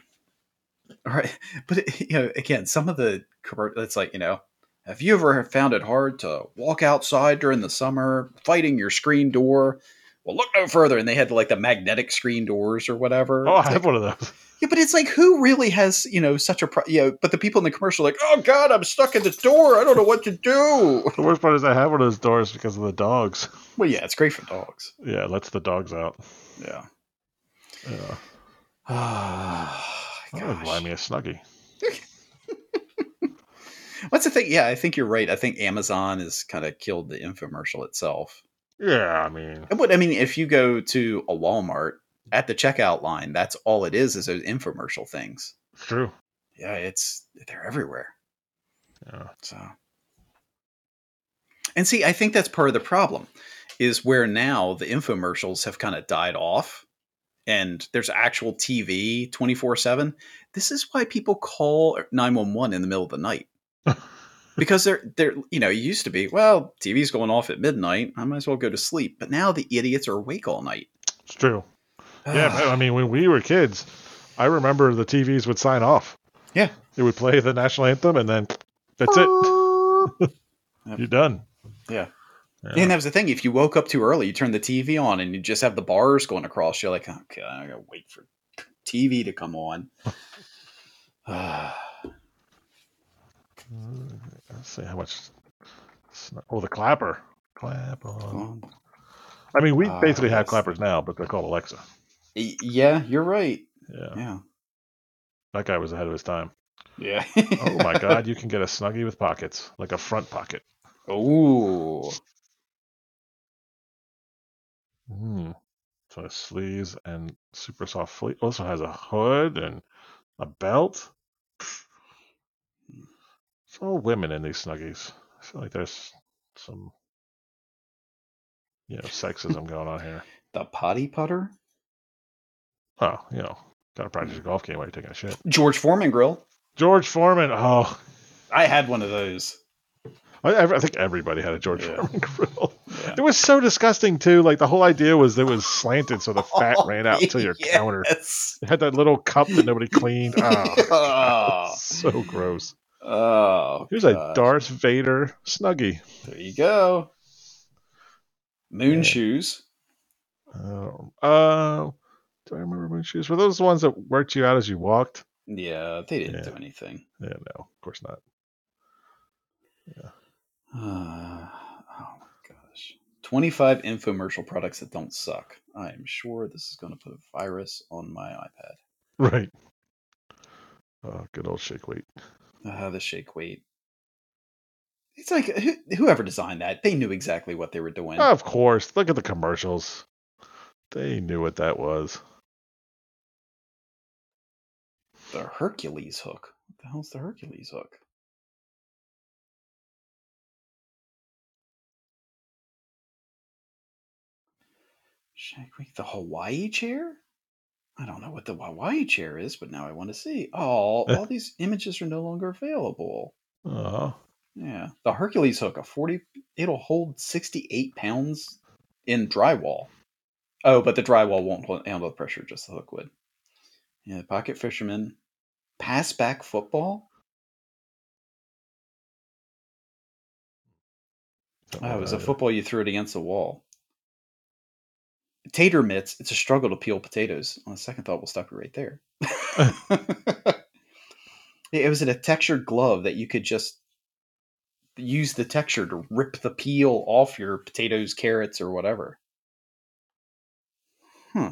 All right, but you know, again, some of the commer- it's like you know, have you ever found it hard to walk outside during the summer, fighting your screen door? Well, look no further, and they had like the magnetic screen doors or whatever. oh, It's like- I have one of those. yeah, but it's like who really has you know such a pro- you know? But the people in the commercial are like, oh god, I'm stuck in the door. I don't know what to do. The worst part is I have one of those doors because of the dogs. Well, yeah, it's great for dogs. Yeah, it lets the dogs out. Yeah. Yeah, Ah, that would buy gosh. me a snuggie. What's the thing? Yeah, I think you're right. I think Amazon has kind of killed the infomercial itself. Yeah, I mean, And But I mean, if you go to a Walmart at the checkout line, that's all it is—is those infomercial things. it's true. Yeah, it's they're everywhere. Yeah. So, and see, I think that's part of the problem is where now the infomercials have kind of died off and there's actual TV 24 7. This is why people call 911 in the middle of the night. because they're, they're, you know, it used to be, well, TV's going off at midnight. I might as well go to sleep. But now the idiots are awake all night. It's true. Yeah, but, I mean, when we were kids, I remember the TVs would sign off. Yeah. It would play the national anthem and then that's it. You're done. Yeah. Yeah. And that was the thing. If you woke up too early, you turn the TV on and you just have the bars going across. You're like, okay, I gotta wait for TV to come on. Ah, Mm, Let's see how much. Oh, the clapper. Clap on. Well, I mean, we Uh, basically Oh, have yes. clappers now, but they're called Alexa. y- yeah, you're right. Yeah. Yeah. That guy was ahead of his time. Yeah. Oh my God, you can get a Snuggie with pockets, like a front pocket. Ooh. Hmm. So sleeves and super soft fleece. Also has a hood and a belt. It's all women in these snuggies. I feel like there's some, you know, sexism going on here. The potty putter? Oh, you know, gotta practice your golf game while you're taking a shit. George Foreman grill. George Foreman. Oh, I had one of those. I, I think everybody had a George Yeah. Foreman grill. Yeah. It was so disgusting too. Like the whole idea was it was slanted, so the fat Oh, ran out to your yes. counter. It had that little cup that nobody cleaned. Oh, Oh. so gross. Uh, Oh, Here's a God. Darth Vader snuggie. There you go. Moon Yeah. shoes. Oh, uh, do I remember moon shoes? Were those the ones that worked you out as you walked? Yeah, they didn't Yeah. do anything. Yeah, no, of course not. Uh, oh my gosh. 25 infomercial products that don't suck. I am sure this is going to put a virus on my iPad. Right. Oh, good old shake weight. Uh, the shake weight. It's like who, whoever designed that, they knew exactly what they were doing. Of course. Look at the commercials. They knew what that was. The Hercules hook. What the hell's the Hercules hook? Shake Week, the Hawaii chair? I don't know what the Hawaii chair is, but now I want to see. Oh, all these images are no longer available. Oh, Yeah. The Hercules hook, a 40, it'll hold 68 pounds in drywall. Oh, but the drywall won't hold- handle the pressure, just the hook would. Yeah, the pocket fisherman. Pass back football? Oh, it was a football you threw it against the wall. Tater mitts, it's a struggle to peel potatoes. On second thought, we'll stop you right there. it was a textured glove that you could just use the texture to rip the peel off your potatoes, carrots, or whatever. Huh.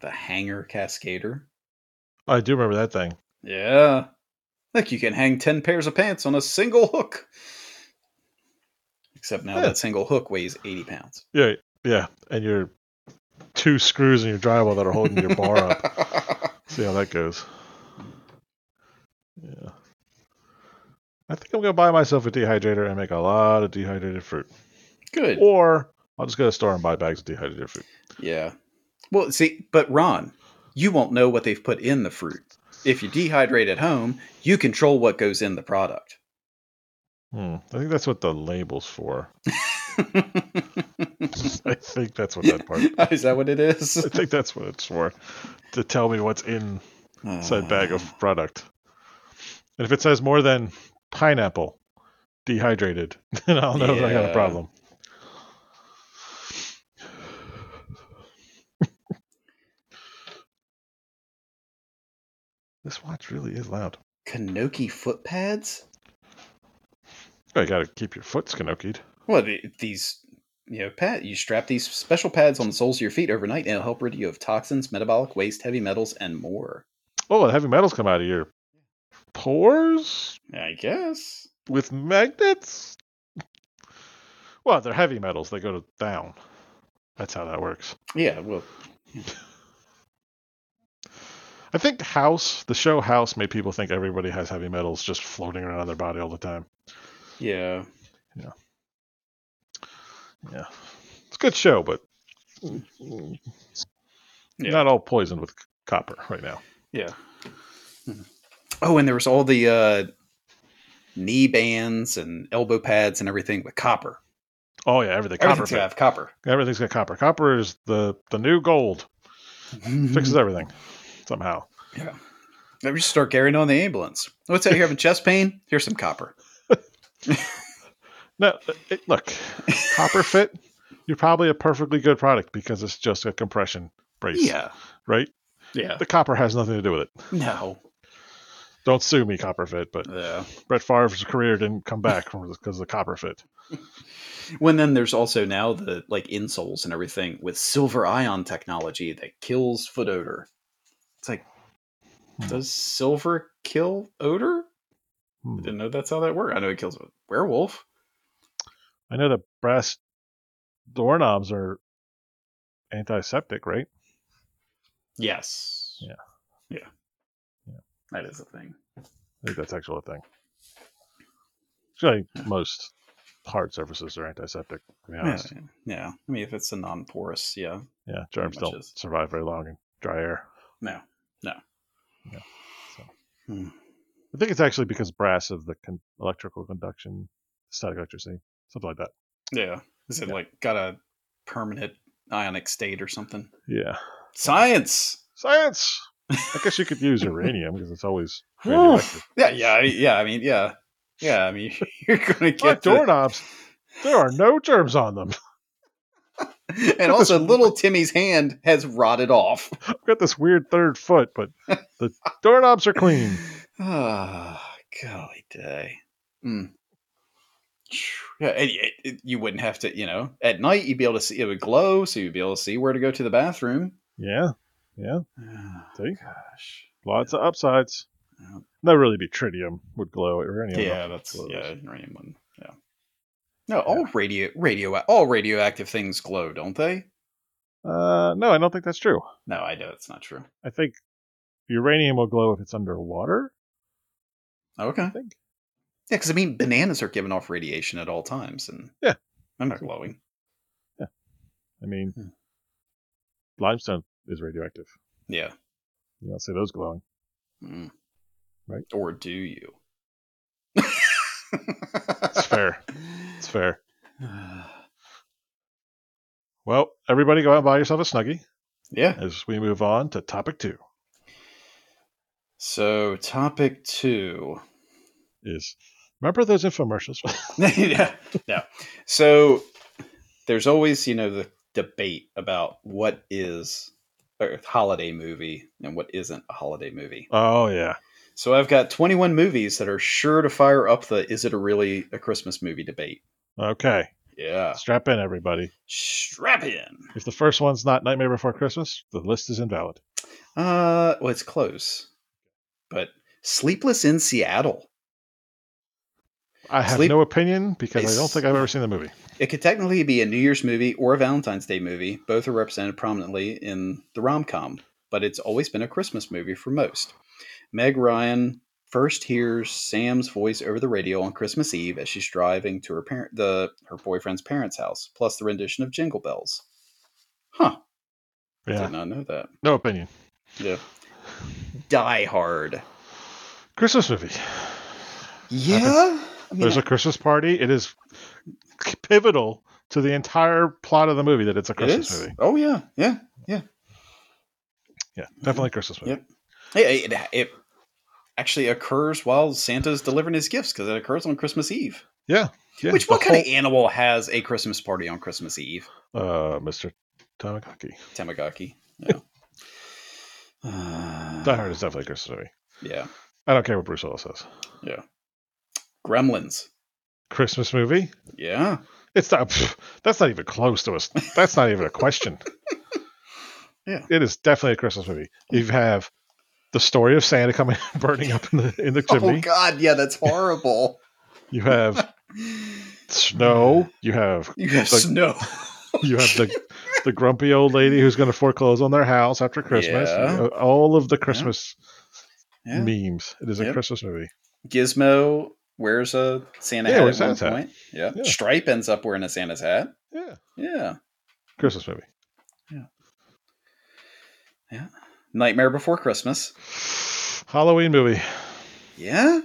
The hanger cascader. I do remember that thing. Yeah. Look, you can hang 10 pairs of pants on a single hook. Except now Yeah. that single hook weighs 80 pounds. Yeah, yeah. And your two screws in your drywall that are holding your bar up. See how that goes. Yeah. I think I'm gonna buy myself a dehydrator and make a lot of dehydrated fruit. Good. Or I'll just go to the store and buy bags of dehydrated fruit. Yeah. Well, see, but Ron, you won't know what they've put in the fruit. If you dehydrate at home, you control what goes in the product. Hmm. I think that's what the label's for. I think that's what that part. Is that what it is? I think that's what it's for. To tell me what's in said bag of product. And if it says more than pineapple dehydrated, then I'll know that I got Yeah. a problem. this watch really is loud. Kanoki foot pads? Oh, you gotta keep your foot skinokied. Well, the- these, you know, pat, you strap these special pads on the soles of your feet overnight, and it'll help rid you of toxins, metabolic waste, heavy metals, and more. Oh, the heavy metals come out of your pores I guess. with magnets? Well, they're heavy metals. They go to down. That's how that works. Yeah. Well, I think House, the show House, made people think everybody has heavy metals just floating around their body all the time. yeah. Yeah, it's a good show, but not all poisoned with c- copper right now. Yeah. Oh, and there was all the uh, knee bands and elbow pads and everything with copper. Oh yeah, everything copper. Everything's gonna have copper. Everything's got copper. Copper is the the new gold. Fixes Mm. everything somehow. Maybe we should start carrying on the ambulance. What's that? You're having chest pain? Here's some copper. No, it, look, copper fit. You're probably a perfectly good product because it's just a compression brace. Yeah. Right? Yeah. The copper has nothing to do with it. No. Don't sue me, copper fit, but Yeah. Brett Favre's career didn't come back because of the copper fit. When then there's also now the like insoles and everything with silver ion technology that kills foot odor. It's like, Hmm. does silver kill odor? I Hmm. didn't know that's how that worked. I know it kills a werewolf. I know that brass doorknobs are antiseptic, right? Yes. Yeah. Yeah. Yeah. That is a thing. I think that's actually a thing. Actually, most hard surfaces are antiseptic, to be Yeah. honest. yeah. I mean, if it's a non-porous, yeah. Yeah, germs much don't is. survive very long in dry air. No. No. Yeah, so. Hmm. I think it's actually because brass of the con- electrical conduction, static electricity, something like that. Yeah. Is it Yeah. like got a permanent ionic state or something? Yeah. Science. Science! I guess you could use uranium because it's always radioactive. Yeah, yeah, I- yeah. I mean, yeah, yeah. I mean, you're gonna My get the- doorknobs, there are no germs on them. and also little Timmy's hand has rotted off. I've got this weird third foot, but the doorknobs are clean. Ah, golly day. Mm. Yeah, and it, it- you wouldn't have to, you know, at night you'd be able to see it would glow, so you'd be able to see where to go to the bathroom. Yeah, Ah, See? gosh. lots of upsides. Yep. That really be tritium would glow uranium. yeah, that's glows. yeah, uranium one. Yeah. No, all radio radio all radioactive things glow, don't they? Uh, no, I don't think that's true. No, I know it's not true. I think uranium will glow if it's underwater. Okay. I Yeah, think. because I mean, bananas are giving off radiation at all times, and Yeah. I'm not glowing. I mean, Hmm. limestone is radioactive. Yeah, You don't see those glowing. Mm. Right. Or do you? It's fair. it's fair. Well, everybody, go out and buy yourself a snuggie yeah. as we move on to topic two. So, topic two. Is remember those infomercials? yeah, no. So there's always, you know, the debate about what is a holiday movie and what isn't a holiday movie. oh yeah, So I've got 21 movies that are sure to fire up the is it a really a Christmas movie debate. okay. Yeah. Strap in, everybody. Strap in. If the first one's not Nightmare Before Christmas, the list is invalid. Uh, well, it's close, but Sleepless in Seattle. I have Sleep- no opinion because I don't It's- think I've ever seen the movie. It could technically be a New Year's movie or a Valentine's Day movie. Both are represented prominently in the rom com, but it's always been a Christmas movie for most. Meg Ryan first hears Sam's voice over the radio on Christmas Eve as she's driving to her parent, the her boyfriend's parents' house, plus the rendition of Jingle Bells. Huh? I Yeah, did not know that. no opinion. Yeah. Die Hard. Christmas movie. Yeah. I mean, There's a Christmas party. It is pivotal to the entire plot of the movie that it's a it Christmas is. movie. Oh yeah, yeah. Yeah, definitely Christmas movie. Yep. It, it, it actually occurs while Santa's delivering his gifts because it occurs on Christmas Eve. Yeah, Which the what kind of animal has a Christmas party on Christmas Eve? whole- uh, Mr. Tamagaki? Tamagaki. Yeah. Uh, Die Hard is definitely a Christmas movie. Yeah. I don't care what Bruce Willis says. Gremlins. Christmas movie? Yeah. It's not. pff, that's not even close to us. That's not even a question. Yeah. it is definitely a Christmas movie. You have the story of Santa coming burning up in the in the chimney. Oh God. Yeah, that's horrible. You have snow. You have you have Like- snow. you have Oh, the the grumpy old lady who's going to foreclose on their house after Christmas. Yeah. You know, All of the Christmas Yeah. memes. It is a Yep. Christmas movie. Gizmo wears a Santa Yeah, hat wears at one Santa's hat. point. Yeah. Yeah. Stripe ends up wearing a Santa's hat. Yeah, Yeah. Christmas movie. Nightmare Before Christmas. Halloween movie. Yeah.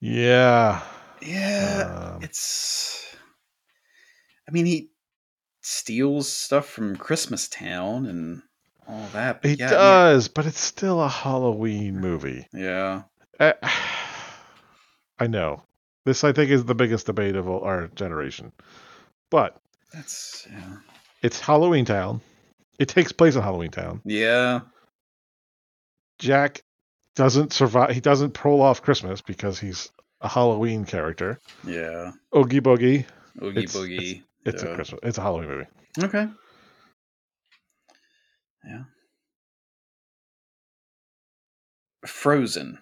Yeah. Yeah. Um, It's. I mean, he steals stuff from Christmas Town and all that. he uh, yeah, I does, but it's still a Halloween movie. mean- yeah. Uh, I know. This, I think, is the biggest debate of all- our generation. But That's. Yeah. it's Halloween Town. It takes place in Halloween Town. Yeah. Jack doesn't survive. He doesn't pull off Christmas because he's a Halloween character. Yeah. Oogie Boogie. Oogie It's- Boogie. It's Yeah. a Christmas. It's a Halloween movie. Okay. Yeah. Frozen.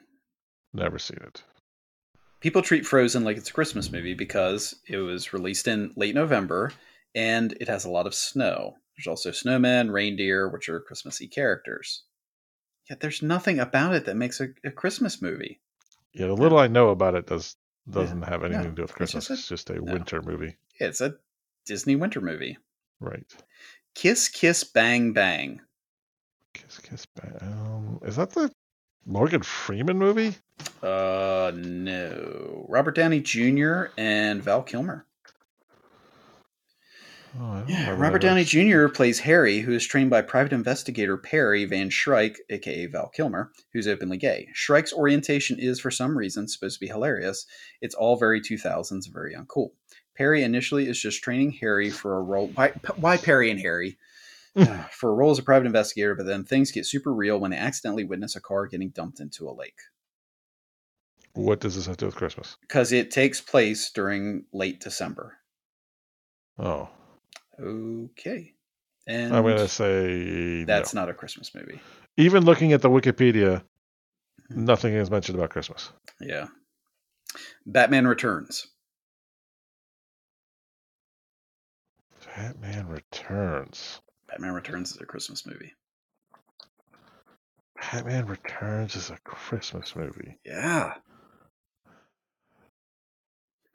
Never seen it. People treat Frozen like it's a Christmas movie because it was released in late November and it has a lot of snow. There's also snowmen, reindeer, which are Christmassy characters. Yet there's nothing about it that makes a, a Christmas movie. Yeah, the little I know about it does doesn't have anything No, to do with it's just Christmas. a- It's just a winter movie, It's a Disney winter movie. right? Kiss, kiss, bang, bang. Kiss Kiss Bang. Um, is that the Morgan Freeman movie? Uh, no. Robert Downey Jr. and Val Kilmer. Oh, I don't Yeah, remember Robert that. Downey Jr. plays Harry, who is trained by private investigator Perry Van Shrike, aka Val Kilmer, who's openly gay. Shrike's orientation is, for some reason, supposed to be hilarious. It's all very 2000s, very uncool. Perry initially is just training Harry for a role. Why, why Perry and Harry? Uh, for a role as a private investigator, but then things get super real when they accidentally witness a car getting dumped into a lake. What does this have to do with Christmas? Because it takes place during late December. Oh, Okay. And I'm gonna say that's no. not a Christmas movie. Even looking at the Wikipedia, Mhm. nothing is mentioned about Christmas. Yeah. Batman Returns. Batman Returns. Batman Returns is a Christmas movie. Batman Returns is a Christmas movie. Yeah.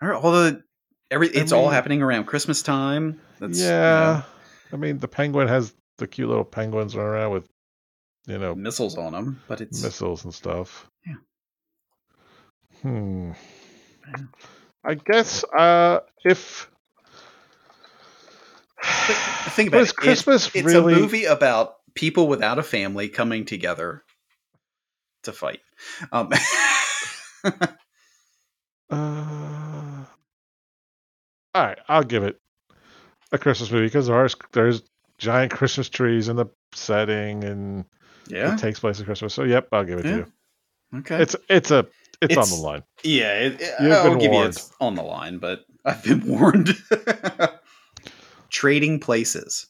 All, right, all the every I it's all mean- happening around Christmas time. That's you know, yeah, I mean the penguin has the cute little penguins running around with, you know, oh, missiles on them, but it's missiles and stuff. Yeah. Hmm. Yeah. I guess uh if But think about was it, it- Christmas it's really a movie about people without a family coming together to fight. Um, Uh, all right, I'll give it a Christmas movie because there are there's giant Christmas trees in the setting and yeah. it takes place at Christmas. So yep, I'll give it Yeah. to you. Okay. It's it's a it's, It's- on the line. yeah. It, it- You've I'll been give you warned. it's on the line, but I've been warned. Trading places.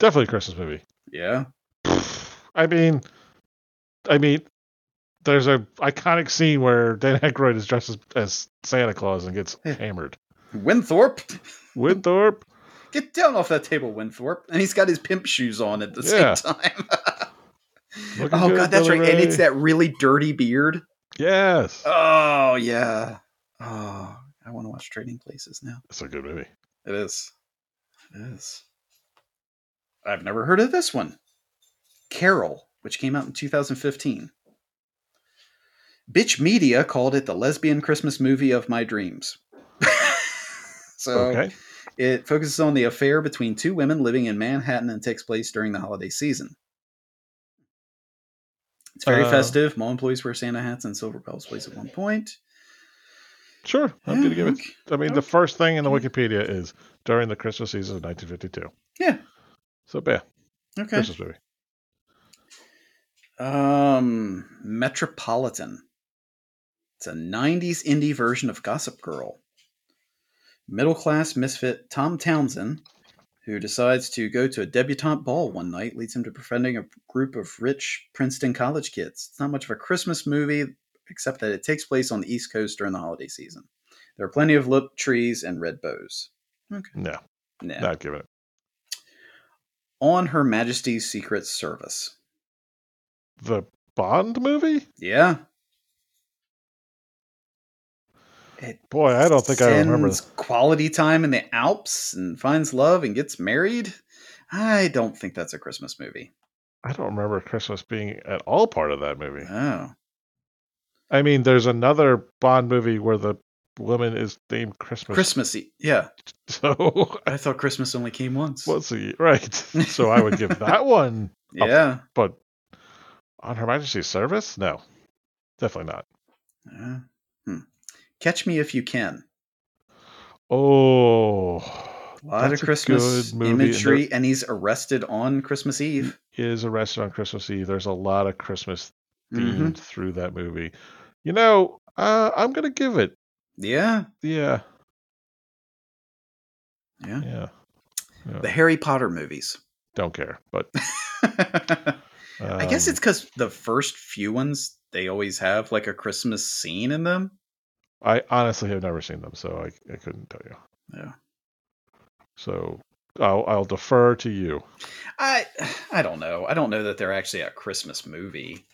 Definitely a Christmas movie. Yeah. I mean, I mean, there's a iconic scene where Dan Aykroyd is dressed as, as Santa Claus and gets Yeah. hammered. Winthorpe, Winthorpe. get down off that table, Winthorpe. And he's got his pimp shoes on at the Yeah. same time. looking oh good, god, that's Billy right. And it's Ray. that really dirty beard. Yes, Oh yeah. Oh, I want to watch Trading Places now. it's a good movie. It is. It is. I've never heard of this one. Carol, which came out in 2015. Bitch Media called it the lesbian Christmas movie of my dreams. so okay, It focuses on the affair between two women living in Manhattan and takes place during the holiday season. It's very Uh, festive. Mall employees wear Santa hats and silver bells plays at one point. sure. I'm gonna give it. Okay. I mean, the first thing in the Wikipedia is during the Christmas season of 1952. Yeah. So yeah, Okay. Christmas movie. Um, Metropolitan. It's a 90s indie version of Gossip Girl. Middle class misfit Tom Townsend, who decides to go to a debutante ball one night, leads him to befriending a group of rich Princeton college kids. It's not much of a Christmas movie, except that it takes place on the East Coast during the holiday season. There are plenty of lip trees and red bows. No, Nah. not giving it. On Her Majesty's Secret Service. The Bond movie. Yeah. It Boy, I don't think I remember. spends quality time in the Alps and finds love and gets married. I don't think that's a Christmas movie. I don't remember Christmas being at all part of that movie. Oh, I mean, there's another Bond movie where the woman is named Christmas. Christmassy. E-, Yeah, So I thought Christmas only came once. let's see. Right. So I would give that one yeah. but on Her Majesty's service? No. Definitely not. Uh, hmm. Catch me if you can. Oh A lot That's of a Christmas good movie, and imagery, and, he's arrested on Christmas Eve. is arrested on Christmas Eve. There's a lot of Christmas themed Mhm. through that movie. You know, uh, I'm gonna give it. Yeah, Yeah, yeah. yeah. yeah. The Harry Potter movies. Don't care, but I guess um, it's because the first few ones they always have like a Christmas scene in them. I honestly have never seen them, so I, I couldn't tell you. Yeah. So I'll, I'll defer to you. I I don't know. I don't know that they're actually a Christmas movie.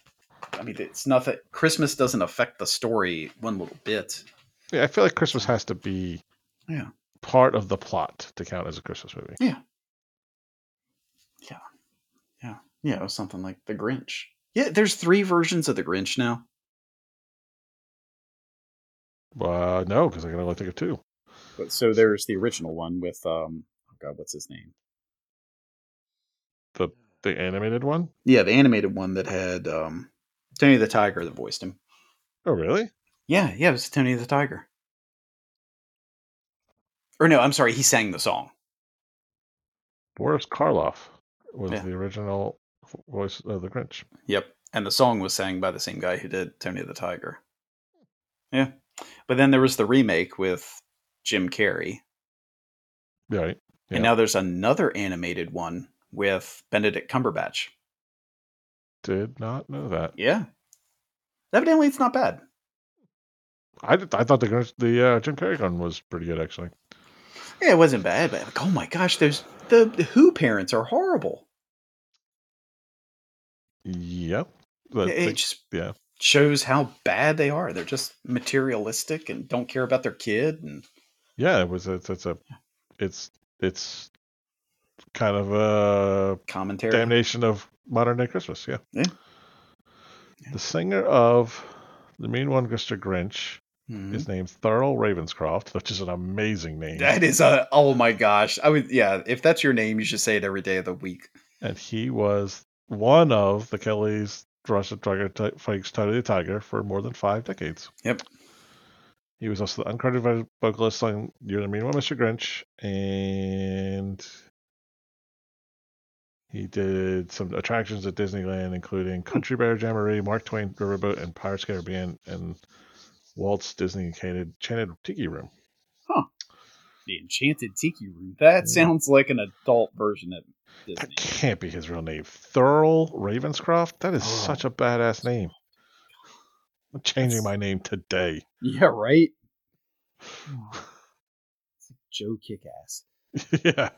I mean, it's nothing. Christmas doesn't affect the story one little bit. Yeah, I feel like Christmas has to be Yeah. part of the plot to count as a Christmas movie. Yeah, it was something like The Grinch. Yeah, there's three versions of The Grinch now. Uh, no, because I can only think of two. But so there's the original one with um, oh god, what's his name? The animated one. Yeah, the animated one that had um, Tony the Tiger that voiced him. Oh, really? Yeah, yeah, it was Tony the Tiger. Or no, I'm sorry, he sang the song. Boris Karloff was Yeah. the original voice of the Grinch. Yep. And the song was sang by the same guy who did Tony the Tiger. Yeah. But then there was the remake with Jim Carrey. Right. Yeah. And now there's another animated one with Benedict Cumberbatch. Did not know that. Yeah. Evidently, it's not bad. I, did- I thought the Grinch, the uh, Jim Carrey one was pretty good actually. Yeah, it wasn't bad, but like, oh my gosh, there's the, the Who parents are horrible. Yep. But it the- it just yeah. shows how bad they are. They're just materialistic and don't care about their kid. And yeah, it was. It's, it's a. It's it's kind of a commentary. damnation of modern day Christmas. Yeah. Yeah. The singer of the Mean One, Mr. Grinch, Mhm. is named Thurl Ravenscroft, which is an amazing name. That is a oh my gosh. I would yeah, if that's your name, you should say it every day of the week. and he was one of the Kellys Russia Tiger t- fights Tony the Tiger for more than five decades. Yep. He was also the uncredited vo- vocalist on "You're the Mean One, Mr. Grinch," and he did some attractions at Disneyland, including Country Bear Jamboree, Mark Twain Riverboat, and Pirates of the Caribbean, and Walt's Disney Enchanted, Enchanted Tiki Room. The Enchanted Tiki Room. That Yeah. sounds like an adult version of That can't be his real name. Thurl Ravenscroft? That is Oh. such a badass name. I'm changing my name today. Yeah, right. It's like Joe Kickass. yeah.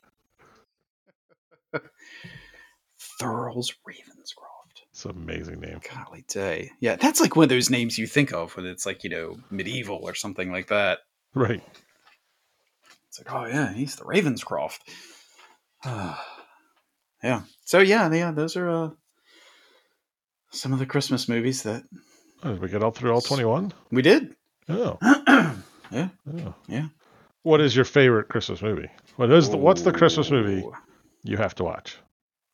Thurles Ravenscroft. It's an amazing name. Golly day. Yeah, that's like one of those names you think of when it's like, you know, medieval or something like that. Right. It's like, oh yeah, he's the Ravenscroft. yeah. So yeah, yeah, those are uh, some of the Christmas movies that Oh, did we get all through all 21? we did. Oh. Yeah. oh. Yeah. What is your favorite Christmas movie? What is the, what's the Christmas movie Ooh. you have to watch?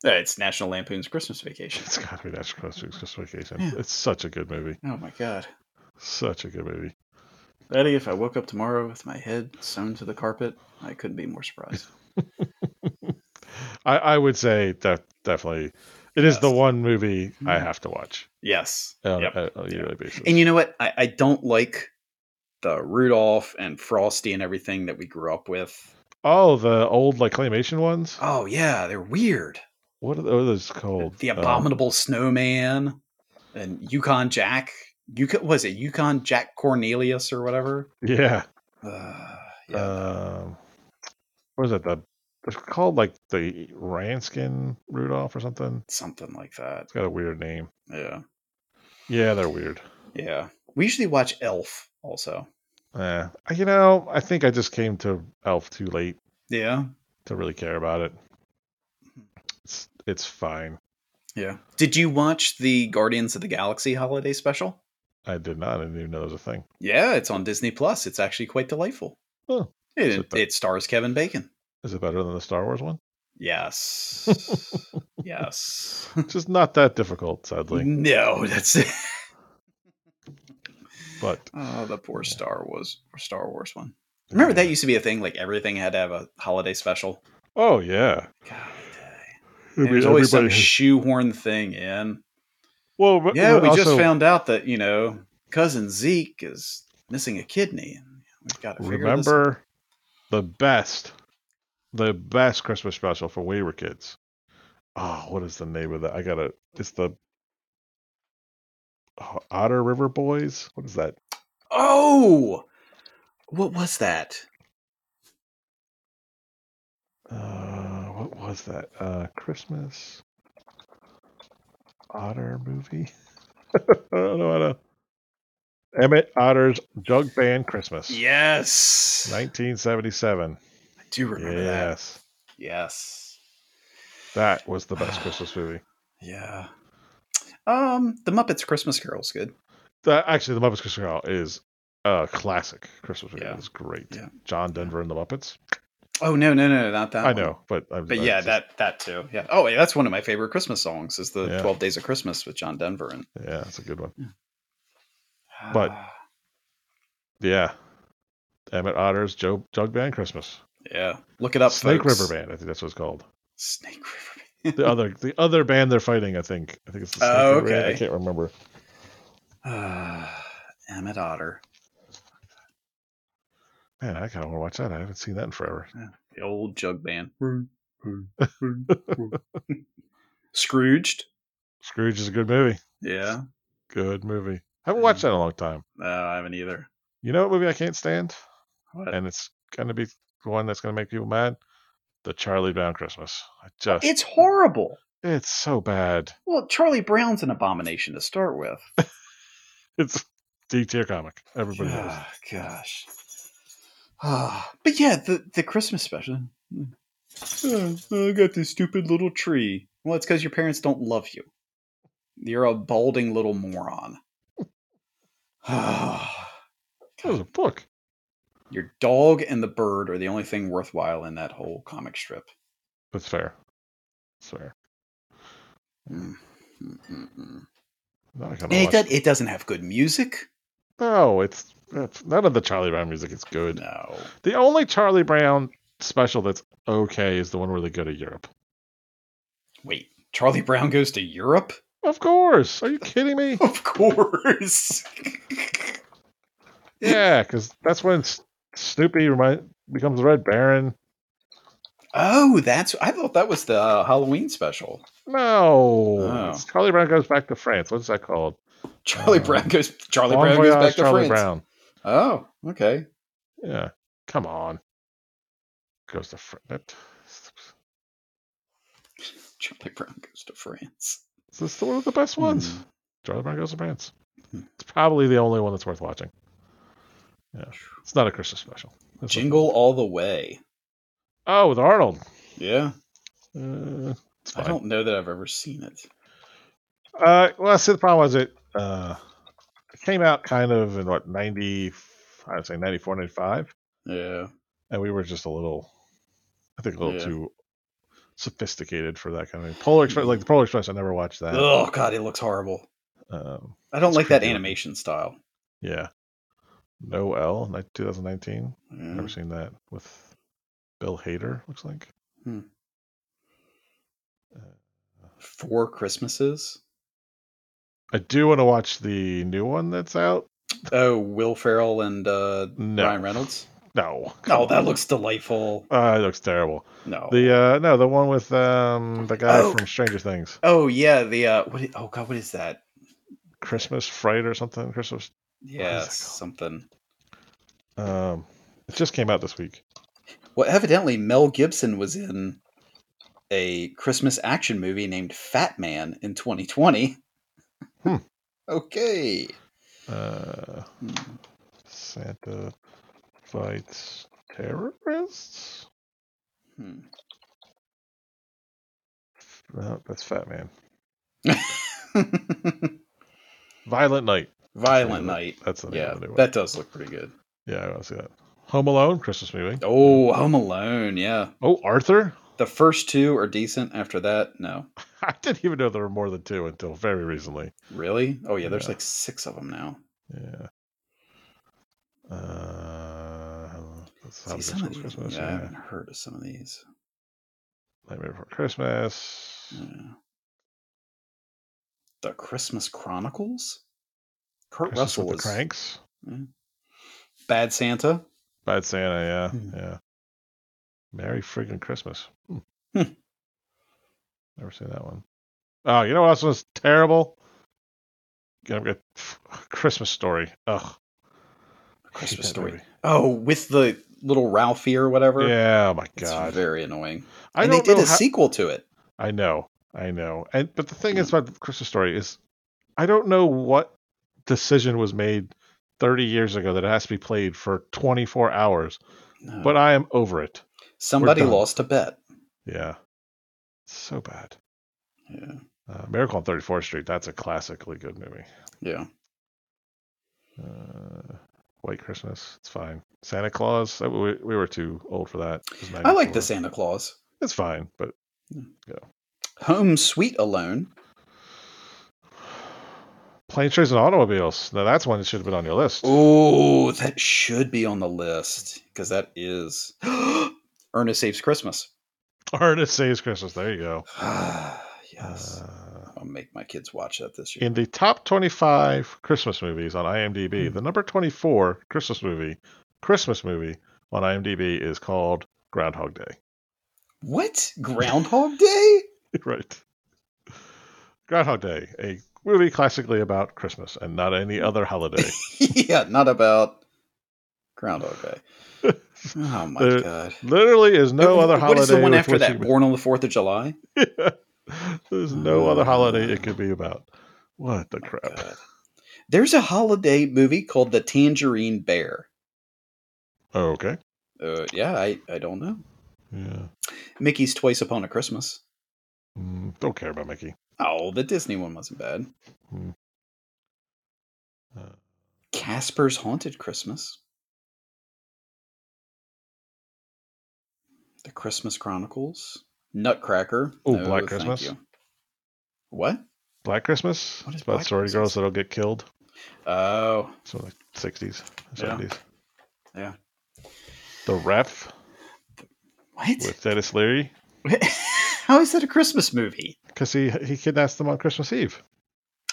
Uh, It's National Lampoon's Christmas Vacation. It's got to be that's Christmas Christmas Vacation. Yeah. It's such a good movie. Oh my god. Such a good movie. Betty, if I woke up tomorrow with my head sewn to the carpet, I couldn't be more surprised. I, I would say that definitely it is the Yes. one movie I Mhm. have to watch Yes. on Yep. a, on a yearly basis. And you know what? I, I don't like the Rudolph and Frosty and everything that we grew up with. Oh, the old like claymation ones. Oh yeah, they're weird. What are those called? The Um, Abominable Snowman and Yukon Jack. You was it Yukon Jack Cornelius or whatever? yeah. Uh, yeah. Um, what is it? The it's called like the Ranskin Rudolph or something. something like that. It's got a weird name. Yeah. Yeah, they're weird. Yeah. We usually watch Elf also. Eh, I- you know, I think I just came to Elf too late Yeah. to really care about it. Mm-hmm. It's it's fine. Yeah. Did you watch the Guardians of the Galaxy holiday special? I did not. I didn't even know there was a thing. Yeah, it's on Disney Plus. It's actually quite delightful. Oh, is It, it the- it stars Kevin Bacon. Is it better than the Star Wars one? Yes. yes. It's just not that difficult, sadly. No, that's it. But Mm-hmm. Oh, the poor Star Wars Star Wars one. Remember that used to be a thing. Like everything had to have a holiday special. Oh yeah. God, and there's always some shoehorn thing in. Well, but- Yeah, but we just also- found out that you know cousin Zeke is missing a kidney. and We've got to figure this out. remember the best, the best Christmas special for we were kids. Oh, what is the name of that? I gotta. It's the oh, Otter River Boys. What is that? Oh, what was that? Uh, what was that? Uh, Christmas Otter movie. I don't know how to. Emmett Otter's Jug Band Christmas, Yes, 1977. I do remember that. yes, Yes, that was the best Christmas movie. yeah. Um, the Muppets Christmas Carol's good. The, actually, the Muppets Christmas Carol is a classic Christmas movie. Yeah. It's great. Yeah. John Denver and the Muppets. Oh no, no, no, not that. I one. know, but I'm, But I'm yeah, just- that that too. Yeah. Oh, yeah, that's one of my favorite Christmas songs is the Yeah. Twelve Days of Christmas with John Denver and. yeah, that's a good one. But- Yeah, Emmett Otter's Joe Jug Band Christmas. yeah, look it up. Snake folks. River Band. I think that's what it's called. Snake River. The other, the other band they're fighting. I think. I think it's the Snake Oh, River Band. I okay. can't remember. Band. Emmett Otter, Man, I kind of want to watch that. I haven't seen that in forever. the old jug band. Scrooged. Scrooge is a good movie. Yeah, Good movie. I haven't Hmm. watched that in a long time. no, I haven't either. You know what movie I can't stand? What? And it's gonna be the one that's gonna make people mad. The Charlie Brown Christmas. I just It's horrible. It's so bad. Well, Charlie Brown's an abomination to start with. It's D tier comic. Everybody knows. Ah, gosh. Ah, but yeah, the, the Christmas special. Oh, I got this stupid little tree. Well, it's because your parents don't love you. You're a balding little moron. Ah, That was a book. your dog and the bird are the only thing worthwhile in that whole comic strip. That's fair. That's fair. Mm, mm, mm, mm. I'm Not And gonna it, watch. does, it doesn't have good music. No, it's, it's none of the Charlie Brown music is good. No. The only Charlie Brown special that's okay is the one where they go to Europe. Wait, Charlie Brown goes to Europe? Of course. Are you kidding me? Of course. yeah, because that's when S- Snoopy remind, becomes the Red Baron. Oh, that's. I thought that was the uh, Halloween special. No, Oh. it's Charlie Brown goes back to France. What's that called? Charlie Oh. Brown goes. Charlie Bon Brown goes Voyage back to Charlie France. Brown. Oh, okay. Yeah. Come on. Goes to Fr- that- Charlie Brown goes to France. Is this the one of the best ones? Hmm. Charlie Brown Goes to France. Hmm. It's probably the only one that's worth watching. Yeah. It's not a Christmas special. That's what- Jingle all the way. Oh, with Arnold. Yeah, Uh, it's I fine. don't know that I've ever seen it. Uh, well, see, the problem was it, uh, it came out kind of in what, 90, I would say 94, 95. Yeah, And we were just a little, I think, a little Yeah. too sophisticated for that kind of thing. Polar Express, like the Polar Express, I never watched that. oh god, it looks horrible. Um, I don't It's like that creepy. animation style. yeah. No L, ni- 2019. Yeah. Never seen that with Bill Hader, looks like. Hmm. Uh, Four Christmases. I do want to watch the new one that's out. Oh, Will Ferrell and uh, No. Ryan Reynolds. No. Oh, that looks delightful. Uh, it looks terrible. No. The uh no, the one with um the guy Oh. from Stranger Things. oh yeah, the uh, what? i- oh god, what is that? Christmas Fright or something. Christmas. Yeah, called? something. Um, it just came out this week. Well, evidently Mel Gibson was in a Christmas action movie named Fat Man in 2020. Hmm. Okay. Uh, Hmm. Santa fights terrorists. Hmm. No, that's Fat Man. Violent Night. Violent Night. That's the name Yeah, of the new one. that does look pretty good. Yeah, I want to see that. Home Alone Christmas movie. Oh, Home Alone. Yeah, Oh, Arthur. the first two are decent. After that, no. I didn't even know there were more than two until very recently. Really? Oh yeah, there's Yeah. like six of them now. Yeah. Uh, See, some of these, yeah, I haven't heard of some of these. Nightmare Before Christmas. Yeah. The Christmas Chronicles. Kurt Christmas Russell with was the Cranks. Bad Santa. Bad Santa, yeah, Hmm. yeah. Merry friggin' Christmas. Hmm. Hmm. Never seen that one. Oh, you know what else was terrible? Yeah, I've got Christmas Story. Ugh. A Christmas that Story. movie. Oh, with the little Ralphie or whatever. Yeah. Oh my It's god. very annoying. I and they don't did know a how- sequel to it. I know. I know. And but the thing is about Christmas Story is, I don't know what decision was made 30 years ago that it has to be played for 24 hours. No. But I am over it. Somebody we're done. lost a bet. Yeah. So bad. Yeah. Uh, Miracle on 34th Street. That's a classically good movie. Yeah. Uh, White Christmas. It's fine. Santa Claus. uh, We, we were too old for that. It was I like 94. the Santa Claus. It's fine, but Home Sweet Alone. Planes, Trains, and Automobiles. Now that's one that should have been on your list. Oh, that should be on the list because that is Ernest Saves Christmas. Ernest Saves Christmas. There you go. yes. Uh, I'll make my kids watch that this year. in the top 25 Christmas movies on IMDb, Hmm. the number 24 Christmas movie, Christmas movie on IMDb is called Groundhog Day. What? Groundhog Day? right. Groundhog Day, a movie classically about Christmas and not any other holiday. yeah, not about Groundhog Day. Oh my The- god. Literally, is no Uh, other What holiday. is the one with after which that? you- Born on the 4th of July? There's no other holiday Ah. it could be about. What the crap? God. There's a holiday movie called The Tangerine Bear. Okay. Uh, yeah, I, I don't know. Yeah. Mickey's Twice Upon a Christmas. Mm, don't care about Mickey. Oh, the Disney one wasn't bad. Mm. Uh, Casper's Haunted Christmas. The Christmas Chronicles. Nutcracker. Ooh, Black thank Christmas. you. What? Black Christmas. What is It's about Black sorority Christmas? girls that'll get killed. Oh, So like sixties, Yeah. seventies. Yeah. The Ref what? with Dennis Leary How is that a Christmas movie? because he he kidnaps them on Christmas Eve.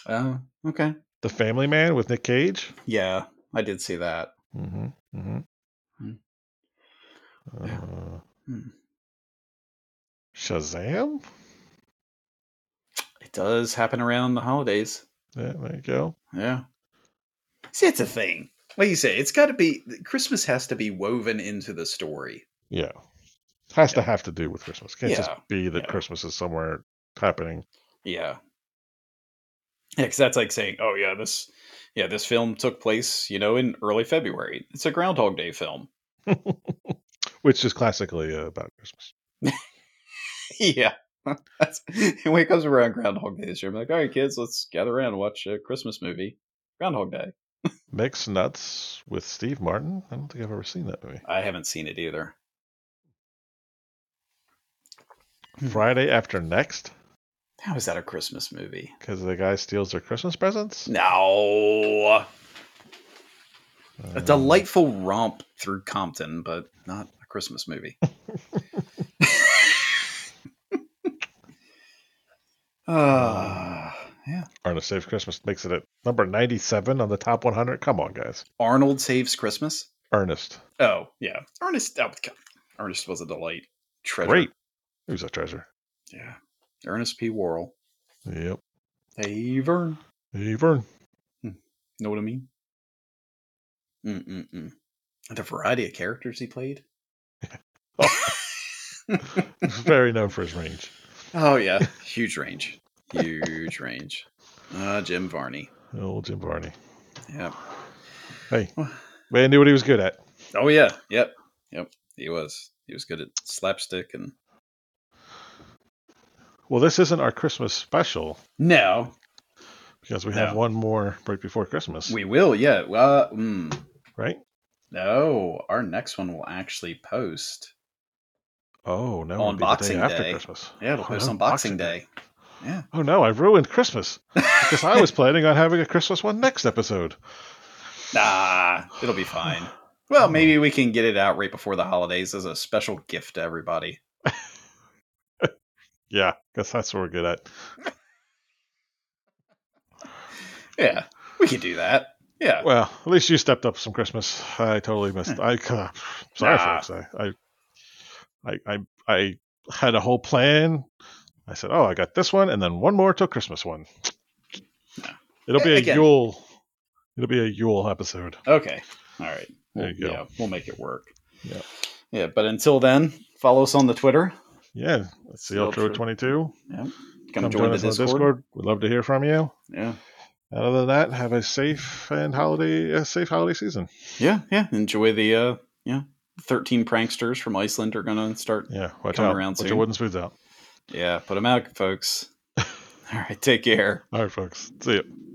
Oh, okay. The Family Man with Nick Cage. Yeah, I did see that. Mm-hmm. Mm-hmm. Hmm. Yeah. Uh, Hmm. Shazam. It does happen around the holidays. Yeah, there you go. Yeah. See, it's a thing. Like you say, it's got to be Christmas has to be woven into the story. Yeah, has to have to do with Christmas. Can't just Yeah. be that Yeah. Christmas is somewhere happening. Yeah. Yeah, because that's like saying, oh yeah, this yeah, this film took place, you know, in early February. It's a Groundhog Day film. Which is classically uh, about Christmas. yeah. That's and when it comes around Groundhog Day this year, I'm like, all right, kids, let's gather around and watch a Christmas movie. Groundhog Day. Mixed Nuts with Steve Martin. I don't think I've ever seen that movie. I haven't seen it either. Hmm. Friday After Next How is that a Christmas movie? because the guy steals their Christmas presents. No. A Um, delightful romp through Compton, but not a Christmas movie. uh, yeah. Arnold Saves Christmas makes it at number 97 on the top 100. Come on, guys. Arnold Saves Christmas. Ernest. Oh, yeah. Ernest. Oh, God. Ernest was a delight. Treasure. Great. He was a treasure. Yeah. Ernest P. Worrell. Yep. Hey, Vern. Hey, Vern. Know what I mean? Mm-mm-mm. The variety of characters he played. He's very known for his range. Oh, yeah. Huge range. Huge range. Uh, Jim Varney. Old Jim Varney. Yeah. Hey. Man knew what he was good at. Oh yeah. Yep. Yep. He was. He was good at slapstick and Well, this isn't our Christmas special No. because we have No. one more right before Christmas, We will, yeah. Uh, mm, right? no. Our next one will actually post. Oh, no. On it'll be the Boxing day after Day. Christmas. Yeah, it'll Oh, post no, on Boxing, Boxing Day. Oh, no. I ruined Christmas because I was planning on having a Christmas one next episode. Nah, it'll be fine. Well, maybe we can get it out right before the holidays as a special gift to everybody. Yeah, guess that's what we're good at. Yeah, we could do that. Yeah. Well, at least you stepped up some Christmas. I totally missed. I uh, sorry, Hmm. Nah. folks. I, I, I, I, I had a whole plan. I said, "Oh, I got this one, and then one more till Christmas one." Nah. It'll be A- a again. Yule. It'll be a Yule episode. Okay. All right. We'll, There you go. Yeah, we'll make it work. Yeah. Yeah, but until then, follow us on the Twitter. Yeah, that's the Still Ultra true. Twenty Two. Come, join, the on Discord. the Discord. We'd love to hear from you. Yeah. Other than that, have a safe and holiday, a safe holiday season. Yeah, yeah. Enjoy the uh yeah. Thirteen pranksters from Iceland are gonna start Yeah, watch Coming out. around Put your soon. wooden spoons out. Yeah, put them out, folks. All right, take care. All right, folks. See you.